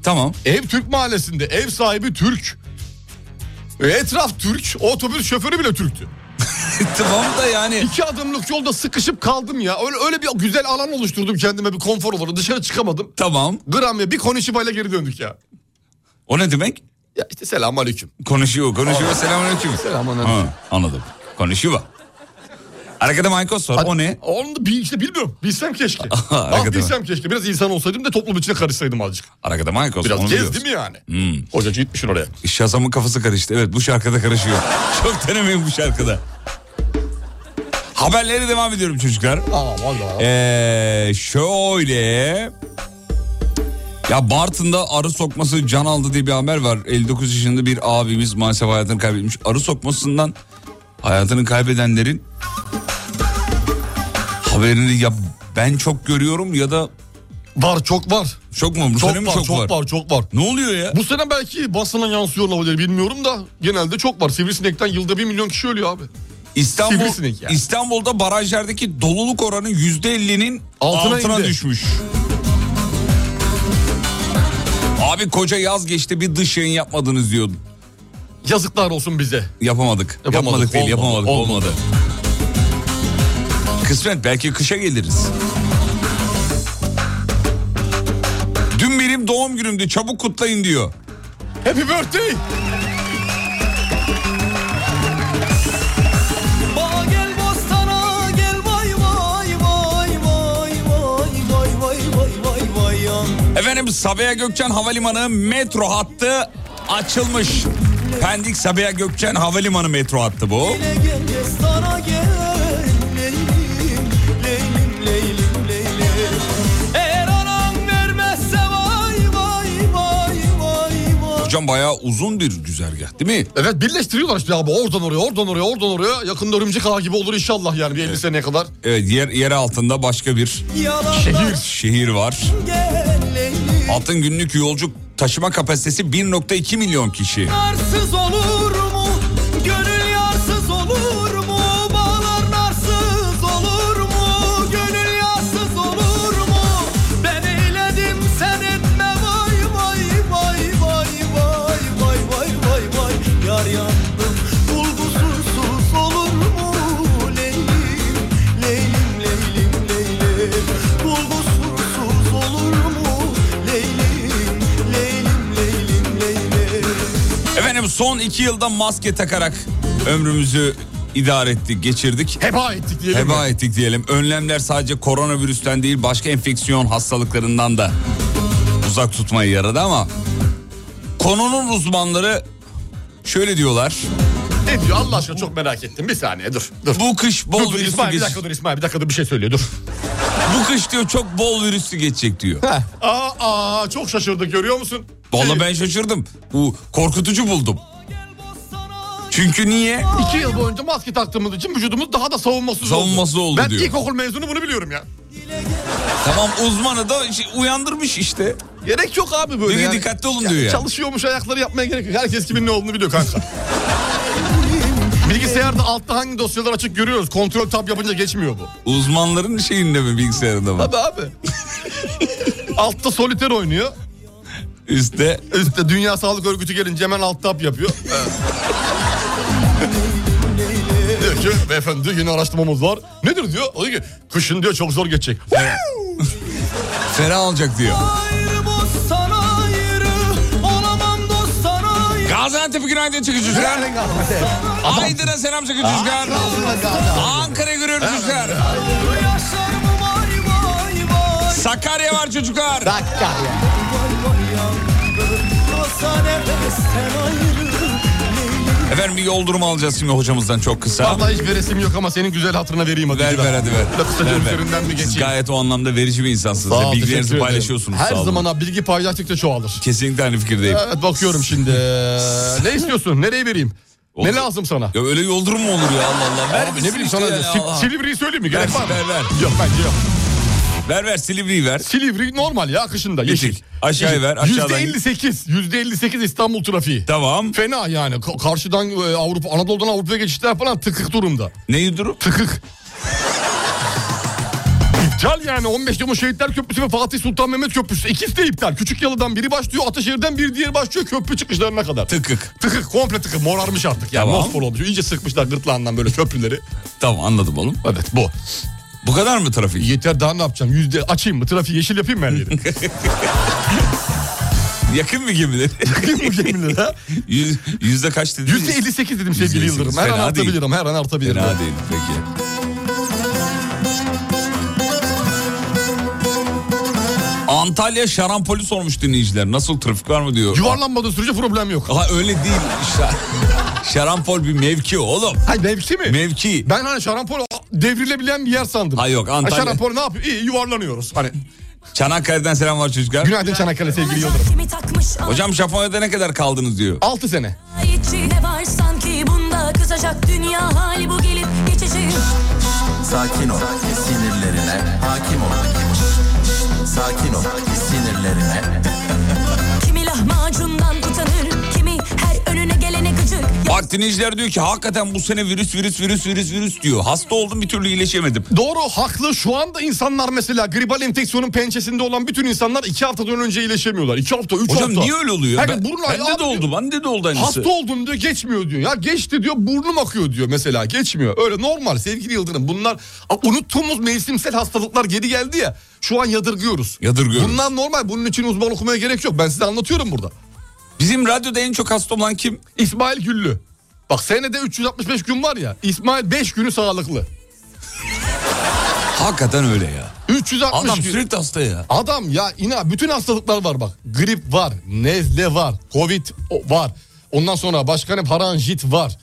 Tamam.
Ev Türk mahallesinde. Ev sahibi Türk. E, Etraf Türk. Otobüs şoförü bile Türktü.
tamam da yani.
İki adımlık yolda sıkışıp kaldım ya. Öyle, öyle bir güzel alan oluşturdum kendime bir konfor olarak. Dışarı çıkamadım.
Tamam.
Gram ya bir konuşibayla geri döndük ya.
O ne demek?
Ya işte selam aleyküm.
Konuşuyor, konuşuyor. Selamünaleyküm.
Selamünaleyküm.
Ha, Anladım. Konuşuyor. Arkada Maykos var. O ne?
Onu da bil, işte bilmiyorum. Bilsem keşke. ah
Hakikaten.
bilsem keşke. Biraz insan olsaydım da toplum içine karışsaydım azıcık.
Arkada Maykos.
Biraz
onu
gezdim
biliyoruz.
yani. Hoca gitmişsin oraya.
Hmm. Şazam'ın kafası karıştı. Evet bu şarkıda karışıyor. Çok denemeyin bu şarkıda. Haberlere devam ediyorum çocuklar.
Aa vallahi.
Ee, şöyle... Ya Bartın'da arı sokması can aldı diye bir haber var. 59 yaşında bir abimiz maalesef hayatını kaybetmiş. Arı sokmasından hayatını kaybedenlerin haberini ya ben çok görüyorum ya da
Var çok var.
çok mu? Bu
Çok
sene mi
var, çok, var. çok var.
Ne oluyor ya?
Bu sene belki basına yansıyor olabilir bilmiyorum da genelde çok var. Sivrisinekten yılda bir milyon kişi ölüyor abi.
İstanbul,
Sivrisinek yani.
İstanbul'da barajlardaki doluluk oranı yüzde ellinin altına,
Altına indi.
düşmüş. Abi koca yaz geçti bir dış yayın yapmadınız diyordu.
Yazıklar olsun bize.
Yapamadık. Yapamadık,
Yapamadık,
değil
olmadı,
yapamadık olmadı.
olmadı.
Kısmet belki kışa geliriz. Dün benim doğum günümdü çabuk kutlayın diyor.
Happy birthday.
Bağ gel bostana gel vay vay vay vay vay vay vay vay vay vay yan.
Efendim Sabiha Gökçen Havalimanı metro hattı açılmış. Pendik Sabiha Gökçen Havalimanı metro hattı bu.
Gel gel bostana gel leylim leylim leylim leylim. Eğer anan vermezse vay vay vay vay vay.
Hocam bayağı uzun bir güzergah değil mi?
Evet birleştiriyorlar işte abi oradan oraya oradan oraya oradan oraya. Yakında örümcek ağı gibi olur inşallah yani bir 50 seneye kadar.
Evet yer, yer altında başka bir
Yalanlar
şehir var.
gel leylim.
Altın günlük yolcu taşıma kapasitesi 1.2 milyon kişi.
Yarsız olur mu? Gönül yarsız olur mu? Bağlar narsız olur mu? Gönül yarsız olur mu? Ben eyledim sen etme vay vay vay vay vay vay vay vay vay Yar yandım bulgusursuz olur mu? Leylim leylim leylim leylim Bulgusursuz olur mu? Leylim leylim leylim leylim
Efendim son iki yılda maske takarak ömrümüzü idare ettik, geçirdik.
Heba ettik diyelim.
Heba ettik diyelim. Önlemler sadece koronavirüsten değil başka enfeksiyon hastalıklarından da uzak tutmaya yaradı ama konunun uzmanları şöyle diyorlar.
Ne diyor Allah aşkına çok merak ettim. Bir saniye dur. Dur.
Bu kış
Dur,
bol
dur,
virüsü
İsmail bir
geç-
dakika dur İsmail bir dakika dur bir şey söylüyor dur.
Bu kış diyor çok bol virüsü geçecek diyor.
Aa, aa çok şaşırdık görüyor musun?
Vallahi ben şaşırdım. Bu korkutucu buldum. Çünkü niye?
İki yıl boyunca maske taktığımız için vücudumuz daha da savunmasız,
Savunmasız oldu
ben
diyor.
ilkokul mezunu bunu biliyorum ya.
Tamam uzmanı da şey- uyandırmış işte.
Gerek yok abi böyle.
Diyor ki
yani.
dikkatli olun diyor ya.
Çalışıyormuş ayakları yapmaya gerek yok. Herkes kimin ne olduğunu biliyor kanka. Bilgisayarda altta hangi dosyalar açık görüyoruz. Kontrol tab yapınca geçmiyor bu.
Uzmanların şeyinde mi bilgisayarında mı?
Tabii abi. altta soliter oynuyor.
Üste
Üstte Dünya Sağlık Örgütü gelince hemen alt tab yapıyor. diyor ki beyefendi yine araştırmamız var. Nedir diyor. O diyor ki kışın diyor çok zor geçecek.
fena alacak diyor.
Ayrı bostan ayrı Olamam dosttan ayrı
Gaziantep'e günaydın çıkıcılar. Aydın'a selam çıkıcılar. Ankara'ya görüyoruz çocuklar.
Yaşlarım vay vay vay
Sakarya var çocuklar.
Dosttan nefesten ayrı Leylim
Efendim bir yol durumu alacağız şimdi hocamızdan çok kısa.
Vallahi hiç veresim yok ama senin güzel hatırına vereyim hadi.
Ver ver hadi ver.
Şöyle kısaca
Ver, ver.
üzerinden bir
Siz
geçeyim.
gayet o anlamda verici bir insansınız.
Sağ ol, teşekkür
Bilgilerinizi
ederim.
paylaşıyorsunuz.
Her
sağ olun.
zaman ha, bilgi paylaştıkça çoğalır.
Kesinlikle aynı fikirdeyim.
Evet bakıyorum şimdi. ne istiyorsun? Nereye vereyim?
Olur.
Ne lazım sana?
Ya öyle yol durumu mu olur ya Allah Allah. Ver
Abi
gitsin
ne bileyim
işte
sana
ya,
Sil-
Allah.
Silivri'yi söyleyeyim mi? Gerek
Ver,
var mı?
ver, ver.
Yok bence yok.
Ver ver Silivri'yi ver.
Silivri normal ya kışında yeşil.
Yeşil. Aşağıya
Yeşil.
ver, aşağıdan.
%58. %58 İstanbul trafiği.
Tamam.
Fena yani. Ka- Karşıdan e, Avrupa, Anadolu'dan Avrupa'ya geçişler falan tıkık durumda.
Neyi durum?
Tıkık. İptal yani 15 Temmuz Şehitler Köprüsü ve Fatih Sultan Mehmet Köprüsü. İkisi de iptal. Küçük Yalı'dan biri başlıyor, Ataşehir'den bir diğeri başlıyor köprü çıkışlarına kadar.
Tıkık.
Tıkık komple tıkık morarmış artık yani
Tamam.
mosmor olmuş. İyice sıkmışlar gırtlağından böyle köprüleri.
Tamam anladım oğlum.
Evet bu.
Bu kadar mı trafik?
Yeter daha ne yapacağım? Yüzde açayım mı? Trafiği yeşil yapayım mı her yeri?
Yakın mı gemileri?
Yakayım mı gemileri ha?
Yüz, yüzde kaç dediniz?
Yüzde 58 dedim sevgili
58,
Yıldırım. Her an
fena değil.
artabilirim. Her an artabilirim.
Fena değil peki. Antalya şarampoli sormuş dinleyiciler. Nasıl trafik var mı diyor.
Yuvarlanmadığı sürece problem yok.
Ha öyle değil. Şa- şarampol bir mevki oğlum.
Hayır mevki mi?
Mevki.
Ben hani şarampol devrilebilen bir yer sandım.
Ha yok, Antalya-
Ha şarampol ne yapıyor? İyi yuvarlanıyoruz. Hani
Çanakkale'den selam var çocuklar.
günaydın Çanakkale sevgili Yıldırım.
Hocam Japonya'da ne kadar kaldınız diyor.
6 sene.
İçine var sanki bunda kızacak dünya hali bu gelip geçecek.
Sakin ol, sinirlerine hakim ol. Sakin ol, sinirlerine
Kimi lahmacundan utanır, kimi her önüne gelene gıcık.
Bak dinleyiciler diyor ki hakikaten bu sene virüs virüs virüs virüs virüs diyor. Hasta oldum bir türlü iyileşemedim.
Doğru haklı şu anda insanlar mesela gribal enfeksiyonun pençesinde olan bütün insanlar 2 haftadan önce iyileşemiyorlar. 2 hafta 3 hafta.
Hocam niye öyle oluyor?
Herkes
Ben,
burun ayağı
bende de
ağrıyor.
oldu, bende de oldu aynısı.
Hasta oldum diyor geçmiyor diyor. Ya geçti diyor burnum akıyor diyor mesela geçmiyor. Öyle normal sevgili Yıldırım bunlar a, unuttuğumuz mevsimsel hastalıklar geri geldi ya. Şu an yadırgıyoruz.
Yadırgıyoruz.
Bunlar normal bunun için uzman okumaya gerek yok. Ben size anlatıyorum burada.
Bizim radyoda en çok hasta olan kim?
İsmail Güllü. Bak senede 365 gün var ya İsmail 5 günü sağlıklı.
Hakikaten öyle ya.
360
Adam
gün.
sürekli hasta ya.
Adam ya ina bütün hastalıklar var bak. Grip var, nezle var, covid o- var. Ondan sonra başka ne paranjit var.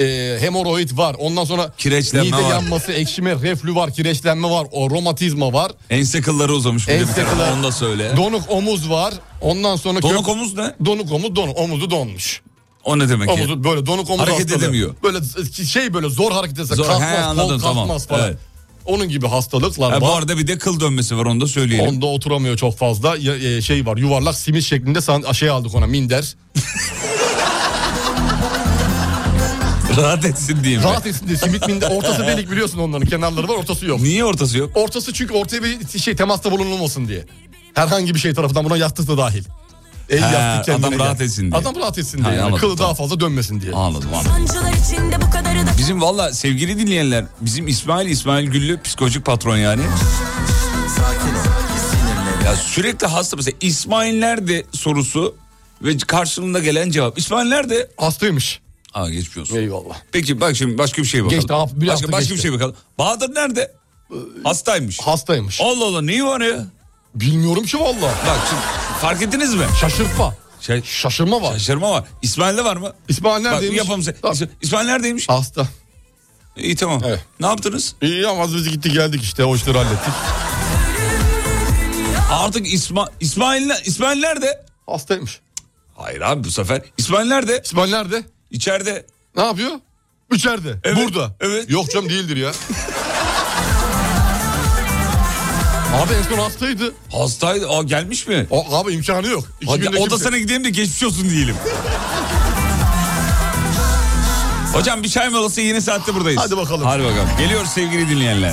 E, hemoroid var. Ondan sonra
Kireçlenme
mide
var.
yanması, ekşime, reflü var, kireçlenme var, o romatizma var.
Ense kılları uzamış. bir de bir
Ense
tarafa,
kılları-
Onu da söyle.
Donuk omuz var. Ondan sonra kök-
Donuk omuz ne?
donuk omuz, donuk omuzu donmuş.
O ne demek ki?
Omuzu böyle donuk omuz
Hareket
hastalığı.
edemiyor.
Böyle şey böyle zor hareket etse
Zor, he,
kalkmaz,
anladım,
kol
tamam.
kalkmaz falan.
Evet.
Onun gibi hastalıklar
Ha,
var.
bu arada bir de kıl dönmesi var onu da söyleyelim.
Onda oturamıyor çok fazla. Ya- ya- şey var yuvarlak simit şeklinde san- şey aldık ona minder.
Rahat etsin diyeyim. ben.
Rahat etsin diye simit minder. Ortası delik biliyorsun onların kenarları var ortası yok.
Niye ortası yok?
Ortası çünkü ortaya bir şey temasta bulunulmasın diye. Herhangi bir şey tarafından buna yastık da dahil. El
He,
yastık kendine
adam
gel.
rahat etsin diye.
Adam rahat etsin
Ha,
diye. yani.
anladım,
Kılı
tamam.
daha fazla dönmesin diye.
Anladım anladım.
Sancılar içinde bu kadarı da
Bizim valla sevgili dinleyenler bizim İsmail İsmail Güllü psikolojik patron yani. Ya sürekli hasta mesela İsmail nerede sorusu ve karşılığında gelen cevap. İsmail nerede?
Hastaymış.
Aa geçmiş olsun.
Eyvallah.
Peki bak şimdi başka bir şeye bakalım.
Geçti, hafta- bir
başka
hafta
başka bir
geçti. Ee,
şeye bakalım. Bahadır nerede? Hastaymış.
Hastaymış.
Allah Allah neyi var ya?
Bilmiyorum ki valla.
Bak şimdi fark ettiniz mi?
Şaşırtma.
Şey,
Şaşırma var.
şaşırma var. İsmail'de var mı?
İsmail neredeymiş?
Bak yapalım. sen-
Tamam.
İs- İsmail neredeymiş?
Hasta.
İyi tamam.
Evet.
Ne yaptınız?
İyi ama biz gittik geldik işte o işleri hallettik.
Artık İsma, İsmail, ne- İsmail nerede?
Hastaymış.
Hayır abi bu sefer. İsmail nerede?
İsmail nerede?
İçeride.
Ne yapıyor? İçeride.
Evet,
Burada.
evet.
Yok canım değildir ya. abi en son hastaydı.
Hastaydı. Aa gelmiş mi?
O, abi imkanı yok. İki
Hadi
günde kimse-
odasına gidelim de geçmiş olsun diyelim. Hocam bir çay molası yeni saatte buradayız.
Hadi bakalım.
Hadi bakalım. Geliyoruz sevgili dinleyenler.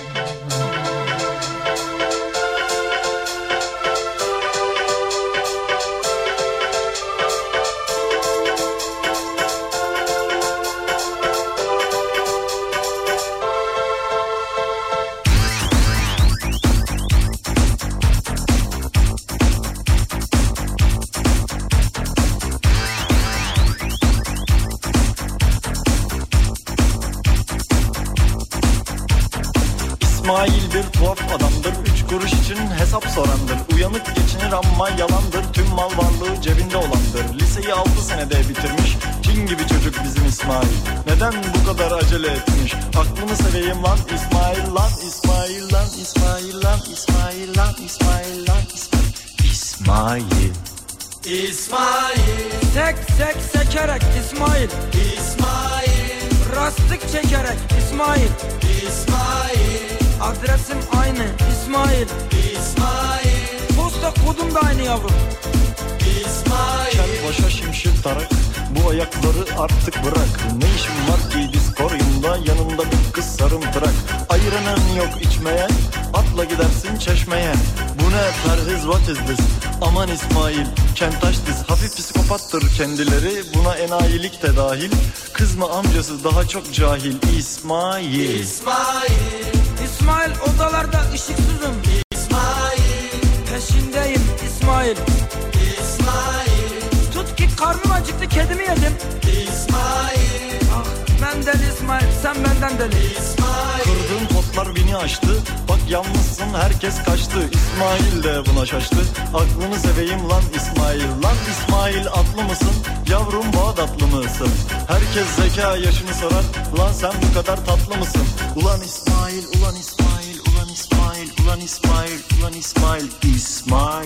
Hanımların dikkatine.
maildir tuhaf adamdır Üç kuruş için hesap sorandır Uyanık geçinir ama yalandır Tüm mal varlığı cebinde olandır Liseyi altı senede bitirmiş Çin gibi çocuk bizim İsmail Neden bu kadar acele etmiş Aklını seveyim lan İsmail lan İsmail lan İsmail lan İsmail lan İsmail lan İsmail İsmail
İsmail Sek sek sekerek İsmail İsmail Rastlık çekerek İsmail İsmail Adresim aynı İsmail İsmail Posta kodum da aynı yavrum İsmail
Kel başa şimşir tarak Bu ayakları artık bırak Ne işin var ki diskoryumda Yanında bir kız sarımtırak Ayıranın yok içmeye Atla gidersin çeşmeye Bu ne perhiz what is this Aman İsmail kentaş diz Hafif psikopattır kendileri Buna enayilik de dahil Kız mı amcası daha çok cahil İsmail
İsmail İsmail odalarda ışıksızım İsmail Peşindeyim İsmail İsmail Tut ki karnım acıktı kedimi yedim İsmail Ah ben deli İsmail sen benden deli İsmail
Kırdığın kotlar beni açtı Bak yalnızsın herkes kaçtı İsmail de buna şaştı Aklını seveyim lan İsmail Lan İsmail atlı mısın? Yavrum Bağdatlı mısın? Herkes zeka yaşını sorar Lan sen bu kadar tatlı mısın? Ulan İsmail, ulan İsmail, ulan İsmail Ulan İsmail, ulan İsmail İsmail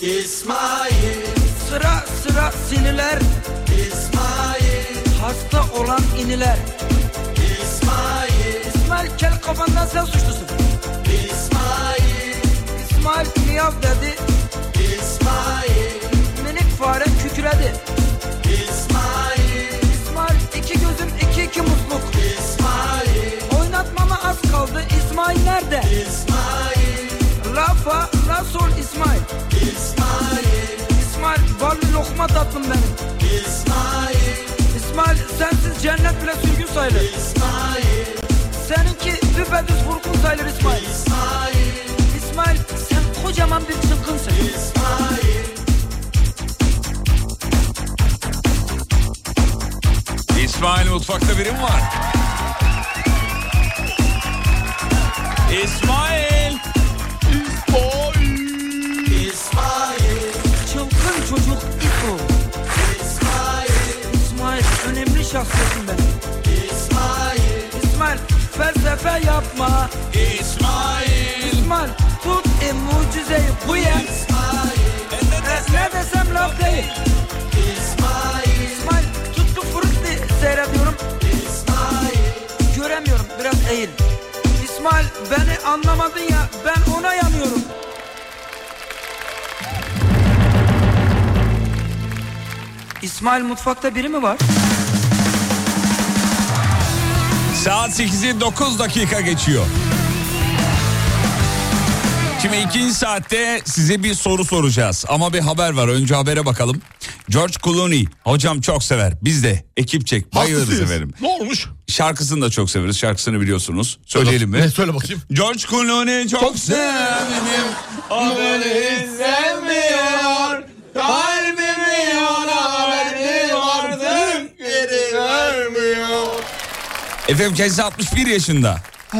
İsmail Sıra sıra siniler İsmail Hasta olan iniler İsmail İsmail kel kafandan sen suçlusun İsmail İsmail miyav dedi İsmail Minik fare kükredi İsmail İsmail iki gözüm iki iki musluk İsmail Oynatmama az kaldı İsmail nerede İsmail Rafa, la sol İsmail. İsmail. İsmail, vallahi lokma tatlım benim. İsmail. İsmail, sensiz cennet bile sürgün sayılır. İsmail. Seninki düpedüz vurgun sayılır İsmail. İsmail. İsmail, sen kocaman bir çılgınsın. İsmail.
İsmail mutfakta birim var. İsmail.
İsmail. İsmail. Çılgın çocuk İko. İsmail. İsmail, önemli şahsiyetsin benim. İsmail. İsmail, felsefe yapma. İsmail. İsmail, tut e, mucizeyi bu yer. İsmail. Ne desem, ne desem laf değil. İsmail. İsmail, tuttu fırıktı seyrediyorum. İsmail. Göremiyorum, biraz eğil. İsmail, beni anlamadın ya, ben ona yanıyorum. İsmail mutfakta biri mi var?
Saat 8'i 9 dakika geçiyor. Şimdi ikinci saatte size bir soru soracağız. Ama bir haber var. Önce habere bakalım. George Clooney. Hocam çok sever. Biz de ekipçek bayılırız
Hastasıyız.
efendim.
Ne olmuş?
Şarkısını da çok severiz. Şarkısını biliyorsunuz. Söyleyelim mi?
Ne söyle bakayım.
George Clooney çok, sevdim.
Ah.
O beni sevmiyor. Kalbimi ona verdim artık geri vermiyor.
Efendim kendisi 61 yaşında.
Ah.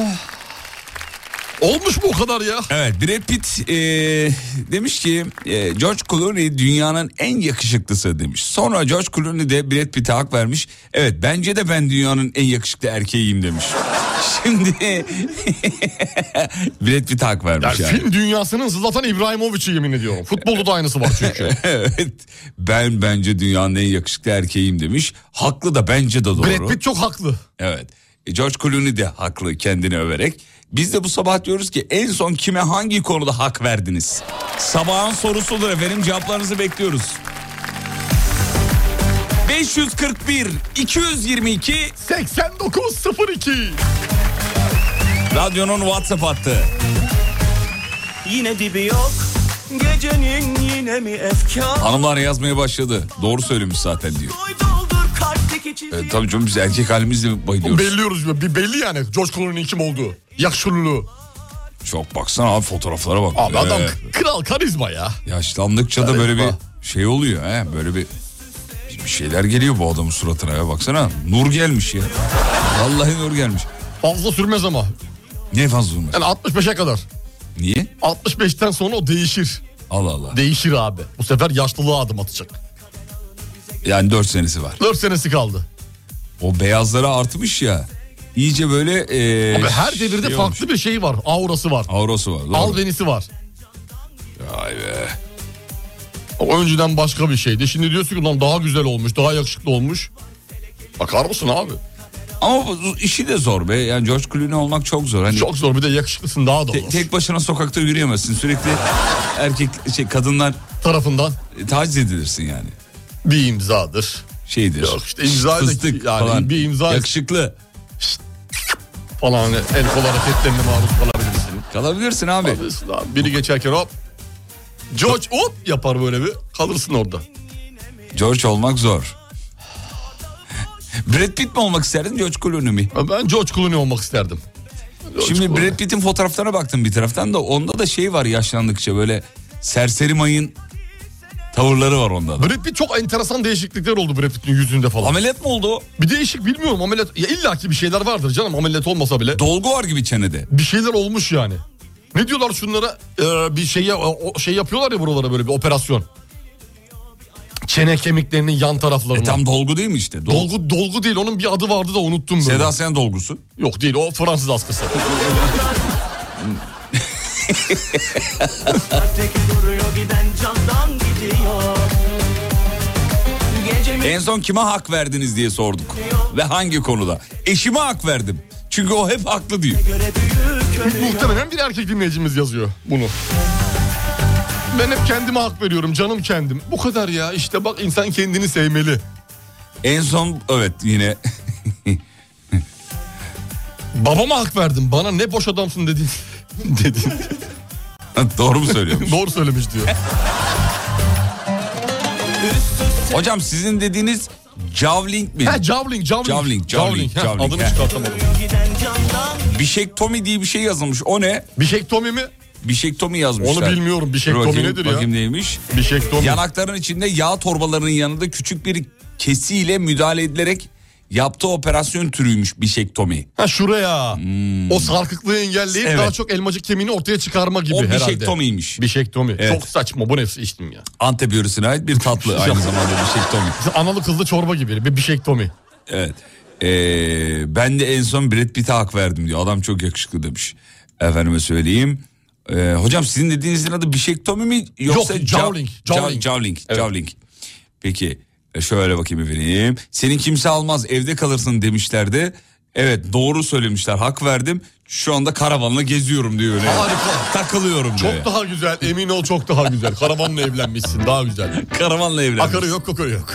Olmuş mu o kadar ya?
Evet Brad Pitt e, demiş ki e, George Clooney dünyanın en yakışıklısı demiş. Sonra George Clooney de Brad Pitt'e hak vermiş. Evet bence de ben dünyanın en yakışıklı erkeğiyim demiş. Şimdi Brad Pitt'e hak
Ya
vermiş yani.
film dünyasının Zlatan İbrahimovic'i yemin ediyorum. Futbolda da aynısı var çünkü.
evet ben bence dünyanın en yakışıklı erkeğiyim demiş. Haklı da bence de doğru.
Brad Pitt çok haklı.
Evet. E, George Clooney de haklı kendini överek. Biz de bu sabah diyoruz ki en son kime hangi konuda hak verdiniz? Sabahın sorusudur efendim cevaplarınızı bekliyoruz. 541 222
8902
radyonun WhatsApp hattı.
Yine dibi yok Gecenin yine mi efkar
Hanımlar yazmaya başladı. Doğru söylemiş zaten diyor.
Doldur kalpteki çivi
E, tabii canım biz erkek halimizle bayılıyoruz.
Belliyoruz ya, bir belli yani George Clooney'in kim olduğu. Yakışıklılığı.
Çok baksana abi fotoğraflara bak.
Abi adam
Ee,
kral karizma ya.
yaşlandıkça da böyle bir şey oluyor. He, böyle bir bir şeyler geliyor bu adamın suratına ya baksana. Nur gelmiş ya. Vallahi nur gelmiş.
Fazla sürmez ama.
Ne fazla durmaz?
Yani 65'e kadar.
Niye?
65'ten sonra o değişir.
Allah Allah.
Değişir abi. Bu sefer yaşlılığa adım atacak.
Yani 4 senesi var.
4 senesi kaldı.
O beyazlara artmış ya. İyice böyle... ee,
Abi her devirde
şey
farklı
olmuş.
bir şey var. Aurası var.
Avrosu var. doğru.
Albenisi var.
Vay be.
O önceden başka bir şeydi. Şimdi diyorsun ki lan daha güzel olmuş, daha yakışıklı olmuş. Bakar mısın abi?
Ama bu işi de zor be. Yani George Clooney olmak çok zor. Hani
Çok zor bir de yakışıklısın daha da
te-
olur.
tek başına sokakta yürüyemezsin. Sürekli erkek şey kadınlar
tarafından
taciz edilirsin yani.
Bir imzadır.
Şeydir.
Yok işte imza da-
Fıstık
yani
falan.
bir imza-
Yakışıklı.
Falan hani el kol hareketlerine maruz kalabilirsin.
Kalabilirsin abi.
Kalabilirsin abi. Biri geçerken hop. George hop yapar böyle bir. Kalırsın orada.
George olmak zor. Brad Pitt mi olmak isterdin George Clooney mi?
Ben George Clooney olmak isterdim.
Şimdi Brad Pitt'in fotoğraflarına baktım bir taraftan da onda da şey var yaşlandıkça böyle serseri mayın tavırları var onda da.
Brad Pitt çok enteresan değişiklikler oldu Brad Pitt'in yüzünde falan.
Ameliyat mı oldu o?
Bir değişik bilmiyorum ameliyat. Ya illaki bir şeyler vardır canım ameliyat olmasa bile.
Dolgu var gibi çenede.
Bir şeyler olmuş yani. Ne diyorlar şunlara? Ee, bir şey şey yapıyorlar ya buralara böyle bir operasyon. Çene kemiklerinin yan taraflarına.
E tam dolgu değil mi işte? Dolgu.
dolgu dolgu değil onun bir adı vardı da unuttum böyle.
Seda Sayan dolgusu.
Yok değil o Fransız askısı.
Teki duruyor giden candan gidiyor Gece mi
En son kime hak verdiniz diye sorduk. Ve hangi konuda? Eşime hak verdim. Çünkü o hep haklı diyor.
göre büyük ölüyor
Muhtemelen bir erkek dinleyicimiz yazıyor bunu. Ben hep kendime hak veriyorum canım kendim. Bu kadar ya işte bak insan kendini sevmeli.
En son evet yine
Babama hak verdim bana ne boş adamsın dedin. dedin.
doğru mu söylüyormuş?
Doğru söylemiş diyor.
Hocam sizin dediğiniz Javling mi?
He Javling, Javling.
Javling, Javling,
he,
Javling,
adını
he.
çıkartamadım.
giden candan
Bişektomi diye bir şey yazılmış. O ne?
Bişektomi mi?
Bişektomi yazmışlar.
Onu bilmiyorum. Bişektomi
Dur bakayım,
nedir ya?
Bakayım neymiş?
Bişektomi.
Yanakların içinde yağ torbalarının yanında küçük bir kesiyle müdahale edilerek yaptığı operasyon türüymüş bişektomi.
Ha şuraya. O sarkıklığı engelleyip
Hmm. Evet.
daha çok elmacık kemiğini ortaya çıkarma gibi
o
herhalde.
bişektomiymiş.
Bişektomi.
Evet.
Çok saçma bu nefsi içtim ya.
Antep yöresine ait bir tatlı aynı zamanda bişektomi.
Analı kıllı çorba gibi bir bişektomi.
Evet. Ee, ben de en son Brad Pitt'e hak verdim diyor. Adam çok yakışıklı demiş. Efendime söyleyeyim. Ee, hocam sizin dediğinizin adı bişektomi mi yoksa
Yok,
ca-
jowling,
ca-
jowling.
jowling, jowling. Peki e, şöyle bakayım efendim. Senin kimse almaz evde kalırsın demişlerdi. Evet doğru söylemişler hak verdim. Şu anda karavanla geziyorum diyor öyle.
Harika.
Takılıyorum diyor.
Çok daha güzel emin ol çok daha güzel. Karavanla evlenmişsin daha güzel.
Karavanla evlenmiş.
Akarı yok koku yok.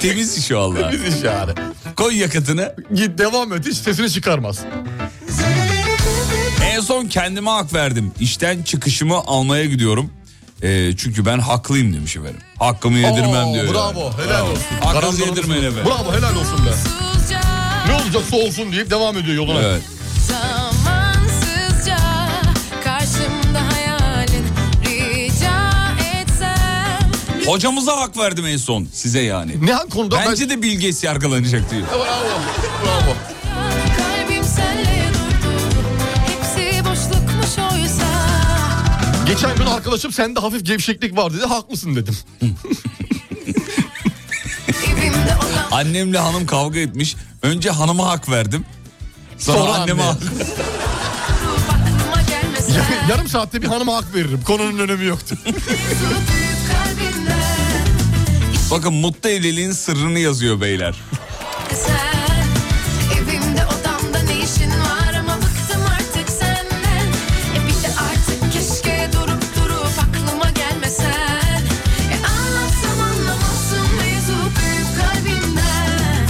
Temiz iş o Allah.
Biz iş yani.
Koy yakıtını.
Git devam et hiç sesini çıkarmaz.
En son kendime hak verdim. İşten çıkışımı almaya gidiyorum. Ee, çünkü ben haklıyım demiş efendim. Hakkımı yedirmem
Oo,
diyor.
Bravo
yani.
helal olsun.
Hakkınızı
Karanlığı
yedirmeyin
unutma.
efendim.
Bravo helal olsun be. Ne olacaksa olsun deyip devam ediyor yoluna.
Evet.
Zamansızca karşımda hayalin rica etsem
Hocamıza hak verdim en son size yani.
Ne hangi konuda?
Bence de bilgesi yargılanacak diyor.
Bravo. Bravo.
kalbim senle durdu hepsi boşlukmuş oysa
Geçen gün arkadaşım sende hafif gevşeklik var dedi. Haklısın dedim.
evimde olan
Annemle hanım kavga etmiş. Önce hanıma hak verdim. Sonra,
Sonra
anneme
anneye.
hak
aklıma gelmesen
Ya- Yarım saatte bir hanıma hak veririm. Konunun önemi yoktu.
kalbimden
Bakın mutlu evliliğin sırrını yazıyor beyler.
sen evimde odamda ne işin var ama bıktım artık senden e bir de artık keşke durup durup aklıma gelmesen e anlatsam anlamazsın mevzu büyük kalbimden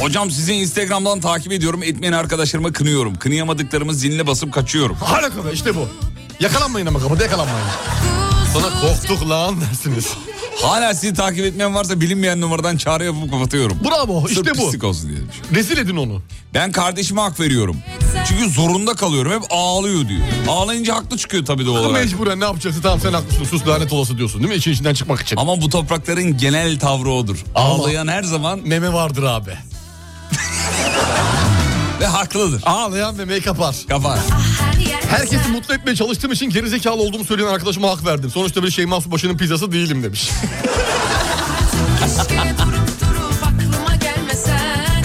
Hocam sizi Instagram'dan takip ediyorum. Etmeyen arkadaşlarıma kınıyorum. Kınayamadıklarımı ziline basıp kaçıyorum.
Harika be işte bu. Yakalanmayın ama kapıda yakalanmayın. Sonra korktuk lan dersiniz.
Hala sizi takip etmeyen varsa bilinmeyen numaradan çağrı yapıp kapatıyorum.
Bravo,
Sırf
işte bu.
pislik olsun diye. demiş.
Rezil edin onu.
Ben kardeşime hak veriyorum. Çünkü zorunda kalıyorum. Hep ağlıyor diyor. Ağlayınca haklı çıkıyor tabii doğal olarak.
Mecburen ne yapacaksın? Tamam sen haklısın. Sus lanet olası diyorsun değil mi? İçin içinden çıkmak için.
Ama bu toprakların genel tavrı odur. Ağlayan her zaman...
Meme vardır abi.
Ve haklıdır.
Ağlayan memeyi kapar.
Kapar.
Herkesi mutlu etmeye çalıştığım için gerizekalı olduğumu söyleyen arkadaşıma hak verdim. Sonuçta bir Şeyma Subaşı'nın pizzası değilim demiş.
Keşke durup durup aklıma gelmesen E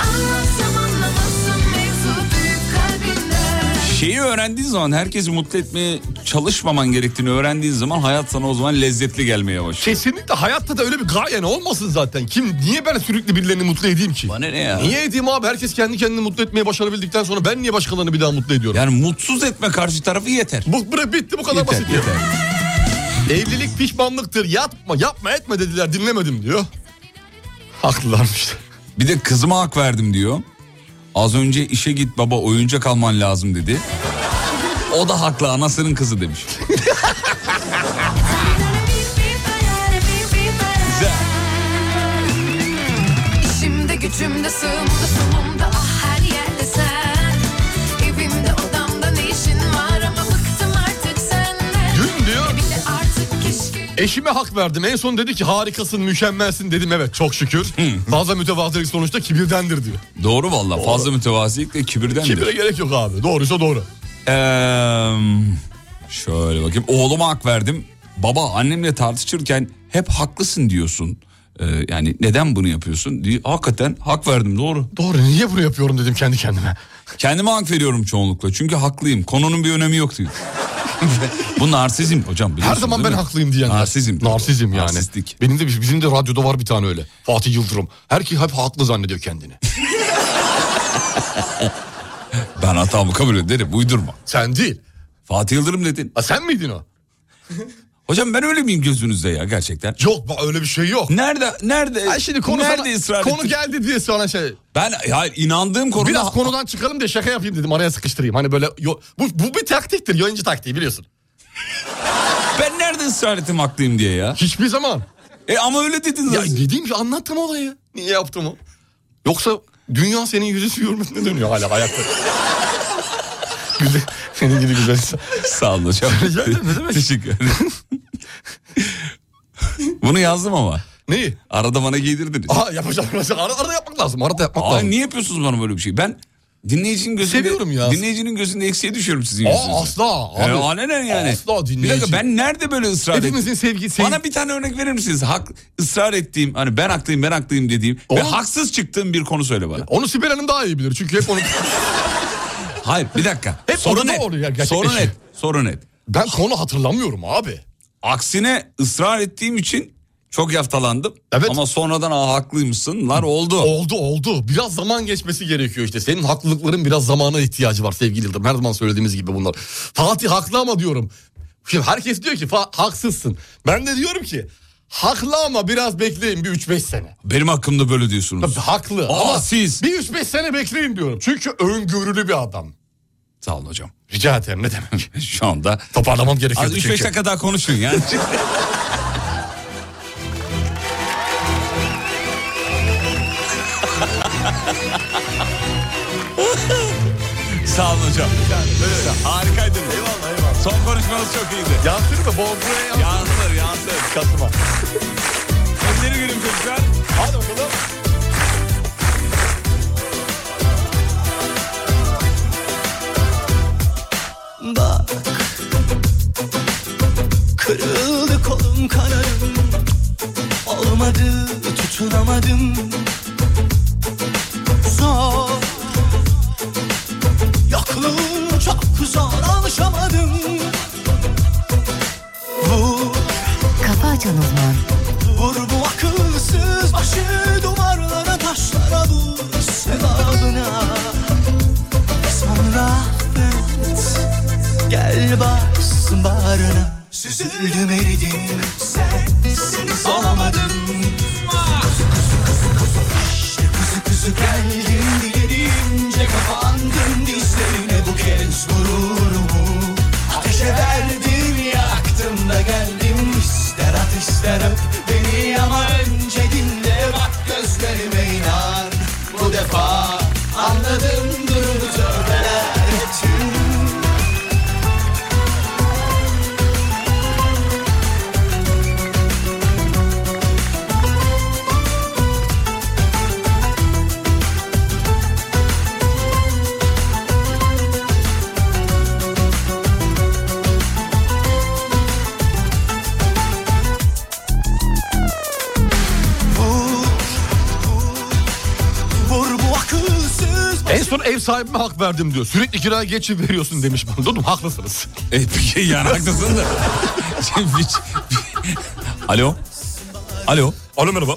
Anlatsam anlamazsın mevzu büyük kalbinden
Şeyi öğrendiğin zaman herkesi mutlu etmeye çalışmaman gerektiğini öğrendiğin zaman hayat sana o zaman lezzetli gelmeye başlıyor.
Kesinlikle hayatta da öyle bir gayen olmasın zaten. Kim niye ben sürekli birilerini mutlu edeyim ki? Bana
ne ya?
Niye edeyim abi? Herkes kendi kendini mutlu etmeye başarabildikten sonra ben niye başkalarını bir daha mutlu ediyorum?
Yani mutsuz etme karşı tarafı yeter.
Bu bırak bitti bu kadar basit. Evlilik pişmanlıktır. Yapma, yapma etme dediler. Dinlemedim diyor. Haklılarmış.
Bir de kızıma hak verdim diyor. Az önce işe git baba oyuncak alman lazım dedi. O da haklı anasının kızı demiş.
İşimde gücümde sığımda solumda ah her yerde sen Evimde odamda ne işin var ama bıktım artık senden
Dün diyor.
Bir de artık keşke
Eşime hak verdim. En son dedi ki harikasın, mükemmelsin dedim. Evet çok şükür. Fazla mütevazilik sonuçta kibirdendir diyor.
Doğru valla fazla mütevazilik de kibirden
Kibire gerek yok abi. Doğruysa doğru.
şöyle bakayım. Oğluma hak verdim. Baba annemle tartışırken hep haklısın diyorsun. Ee, yani neden bunu yapıyorsun? Diye, Hakikaten hak verdim doğru.
Doğru niye bunu yapıyorum dedim kendi kendime.
Kendime hak veriyorum çoğunlukla. Çünkü haklıyım. Konunun bir önemi yok diyor. Bu narsizm hocam
Her
biliyorsun
zaman ben
değil mi?
haklıyım diyenler.
Narsizm.
Narsizm yani.
Narsistlik.
Benim de bizim de radyoda var bir tane öyle. Fatih Yıldırım. Herkes hep haklı zannediyor kendini.
Ben hatamı kabul ederim uydurma.
Sen değil.
Fatih Yıldırım dedin.
Ha, sen miydin o?
Hocam ben öyle miyim gözünüzde ya gerçekten?
Yok bak öyle bir şey yok.
Nerede nerede?
Ha şimdi konu
nerede
sana-
ısrar
konu
ettin?
geldi diye sonra şey.
Ben hayır inandığım konuda
Biraz konudan çıkalım diye şaka yapayım dedim araya sıkıştırayım. Hani böyle yo- bu, bu bir taktiktir yayıncı taktiği biliyorsun.
ben nerede ısrar ettim haklıyım diye ya.
Hiçbir zaman.
E ama öyle dedin
Ya
zaten.
dediğim gibi anlattım olayı. Niye yaptım o? Yoksa dünya senin yüzüstü hürmetine dönüyor hala ayakta. güzel. Senin gibi güzel.
Sağ olun hocam.
Rica ederim, ne demek.
Teşekkür ederim. Bunu yazdım ama.
Neyi?
Arada bana giydirdiniz.
Aa yapacağım. Arada, arada yapmak lazım. Arada yapmak
Aa,
lazım.
niye yapıyorsunuz bana böyle bir şey? Ben dinleyicinin gözünde...
Seviyorum ya.
Dinleyicinin gözünde eksiye düşüyorum sizin yüzünüzden.
Aa, asla. Abi.
E, alenen yani.
Asla
Bir dakika
dinleyici.
ben nerede böyle ısrar ettim?
Hepimizin sevgi, sevgi-
Bana bir tane örnek verir misiniz? Hak, ısrar ettiğim hani ben haklıyım ben haklıyım dediğim ve
Onu-
haksız çıktığım bir konu söyle bana.
Onu Sibel Hanım daha iyi bilir. Çünkü hep onu...
Hayır bir dakika.
Hep
sorun
orada
et.
oluyor gerçekten.
sorun et. Sorun et.
ben konu hatırlamıyorum abi.
Aksine ısrar ettiğim için çok yaftalandım. Ama sonradan aa haklıymışsınlar oldu.
Oldu oldu. Biraz zaman geçmesi gerekiyor işte. Senin haklılıkların biraz zamana ihtiyacı var sevgili Yıldırım. Her zaman söylediğimiz gibi bunlar. Fatih haklı ama diyorum. Şimdi herkes diyor ki "Fa- haksızsın. Ben de diyorum ki haklı ama biraz bekleyin bir 3-5 sene.
Benim hakkımda böyle diyorsunuz.
Tabii haklı
Aa,
ama
siz.
bir 3-5 sene bekleyin diyorum. Çünkü öngörülü bir adam.
Sağ olun hocam.
Rica ederim ne demek.
Şu anda.
Toparlamam gerekiyordu
Az 3-5
çünkü.
dakika daha konuşun yani. Sağ olun hocam. Harikaydınız. Eyvallah eyvallah. Son konuşmanız çok iyiydi.
Yansır mı? Bonfire yansır.
Yansır yansır.
Kasım'a.
Elleri gülüm çocuklar.
Hadi bakalım.
Bak Kırıldı kolum kanarım Olmadı tutunamadım Zor Yokluğun çok zor alışamadım Vur
Kafa açan uzman.
Vur bu akılsız başı duvarlara taşlara vur sevabına Sonra affet gel bas bağrına Süzüldüm eridim sensiz olamadım İşte kuzu kuzu geldim dilerince kapandım dizlerine bu kez gururumu Ateşe verdim yaktım da geldim ister at ister öp
sahibime hak verdim diyor. Sürekli kiraya geç veriyorsun demiş bana. Dedim haklısınız. Şey,
E, peki yani haklısın da. Şimdi hiç- Alo. Alo.
Alo merhaba.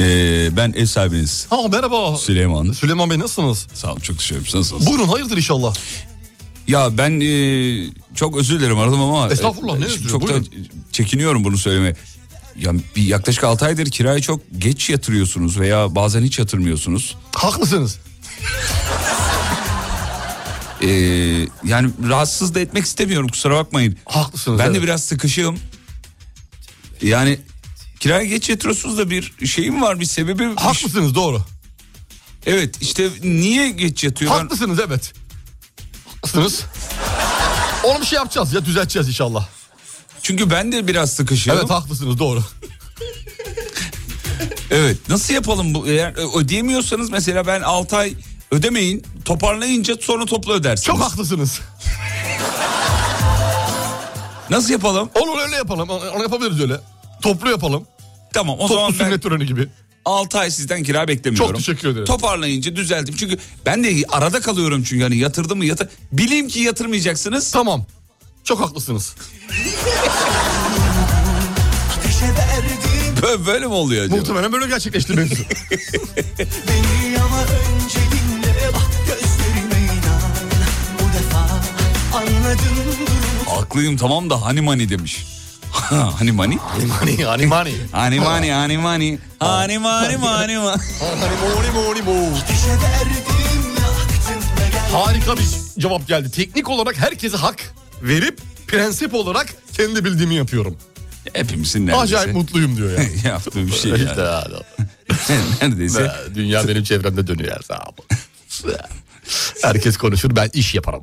Ee, ben ev sahibiniz
Ha merhaba.
Süleyman.
Süleyman Bey nasılsınız?
Sağ olun çok teşekkür ederim. Siz Nasılsınız?
Buyurun hayırdır inşallah.
Ya ben e, çok özür dilerim aradım ama. e,
Estağfurullah, ne özrü,
Çok
buyurun.
da çekiniyorum bunu söylemeye. Ya bir yaklaşık 6 aydır kirayı çok geç yatırıyorsunuz veya bazen hiç yatırmıyorsunuz.
Haklısınız.
Ee, yani rahatsız da etmek istemiyorum kusura bakmayın.
Haklısınız.
Ben
evet.
de biraz sıkışığım. Yani kiraya geç yatırıyorsunuz da bir şeyim var bir sebebi.
Haklısınız doğru.
Evet işte niye geç yatıyor? Ben-
Haklısınız evet. Haklısınız. Onu bir şey yapacağız ya düzelteceğiz inşallah.
Çünkü ben de biraz sıkışığım.
Evet haklısınız doğru.
Evet nasıl yapalım bu eğer ö- ödeyemiyorsanız mesela ben 6 ay ödemeyin toparlayınca sonra toplu ödersiniz.
Çok haklısınız.
Nasıl yapalım?
Olur öyle yapalım. Onu yapabiliriz öyle. Toplu yapalım.
Tamam o
Toplu
zaman ben
sünnet töreni gibi.
6 ay sizden kira beklemiyorum.
Çok teşekkür ederim.
Toparlayınca düzelttim çünkü ben de arada kalıyorum çünkü hani yatırdım mı yatır. Bileyim ki yatırmayacaksınız.
Tamam çok haklısınız.
Ateşe verdim
Böyle mi oluyor acaba?
Muhtemelen böyle gerçekleşti mevzu.
beni ama önce dinle bak gözlerime inan Bu defa anladım durumu
Haklıyım tamam da hani mani demiş. hani mani? Hani
mani, hani mani.
Hani mani, hani mani. Hani mani, mani mani.
hani,
Ateşe verdim yaktın da gel
Harika bir cevap geldi. Teknik olarak herkese hak verip prensip olarak kendi bildiğimi yapıyorum.
Hepimizin neredeyse.
Acayip mutluyum diyor yani.
Yaptığı bir şey yani.
İşte yani.
neredeyse.
Ya, Dünya benim çevremde dönüyor her zaman. Herkes konuşur ben iş yaparım.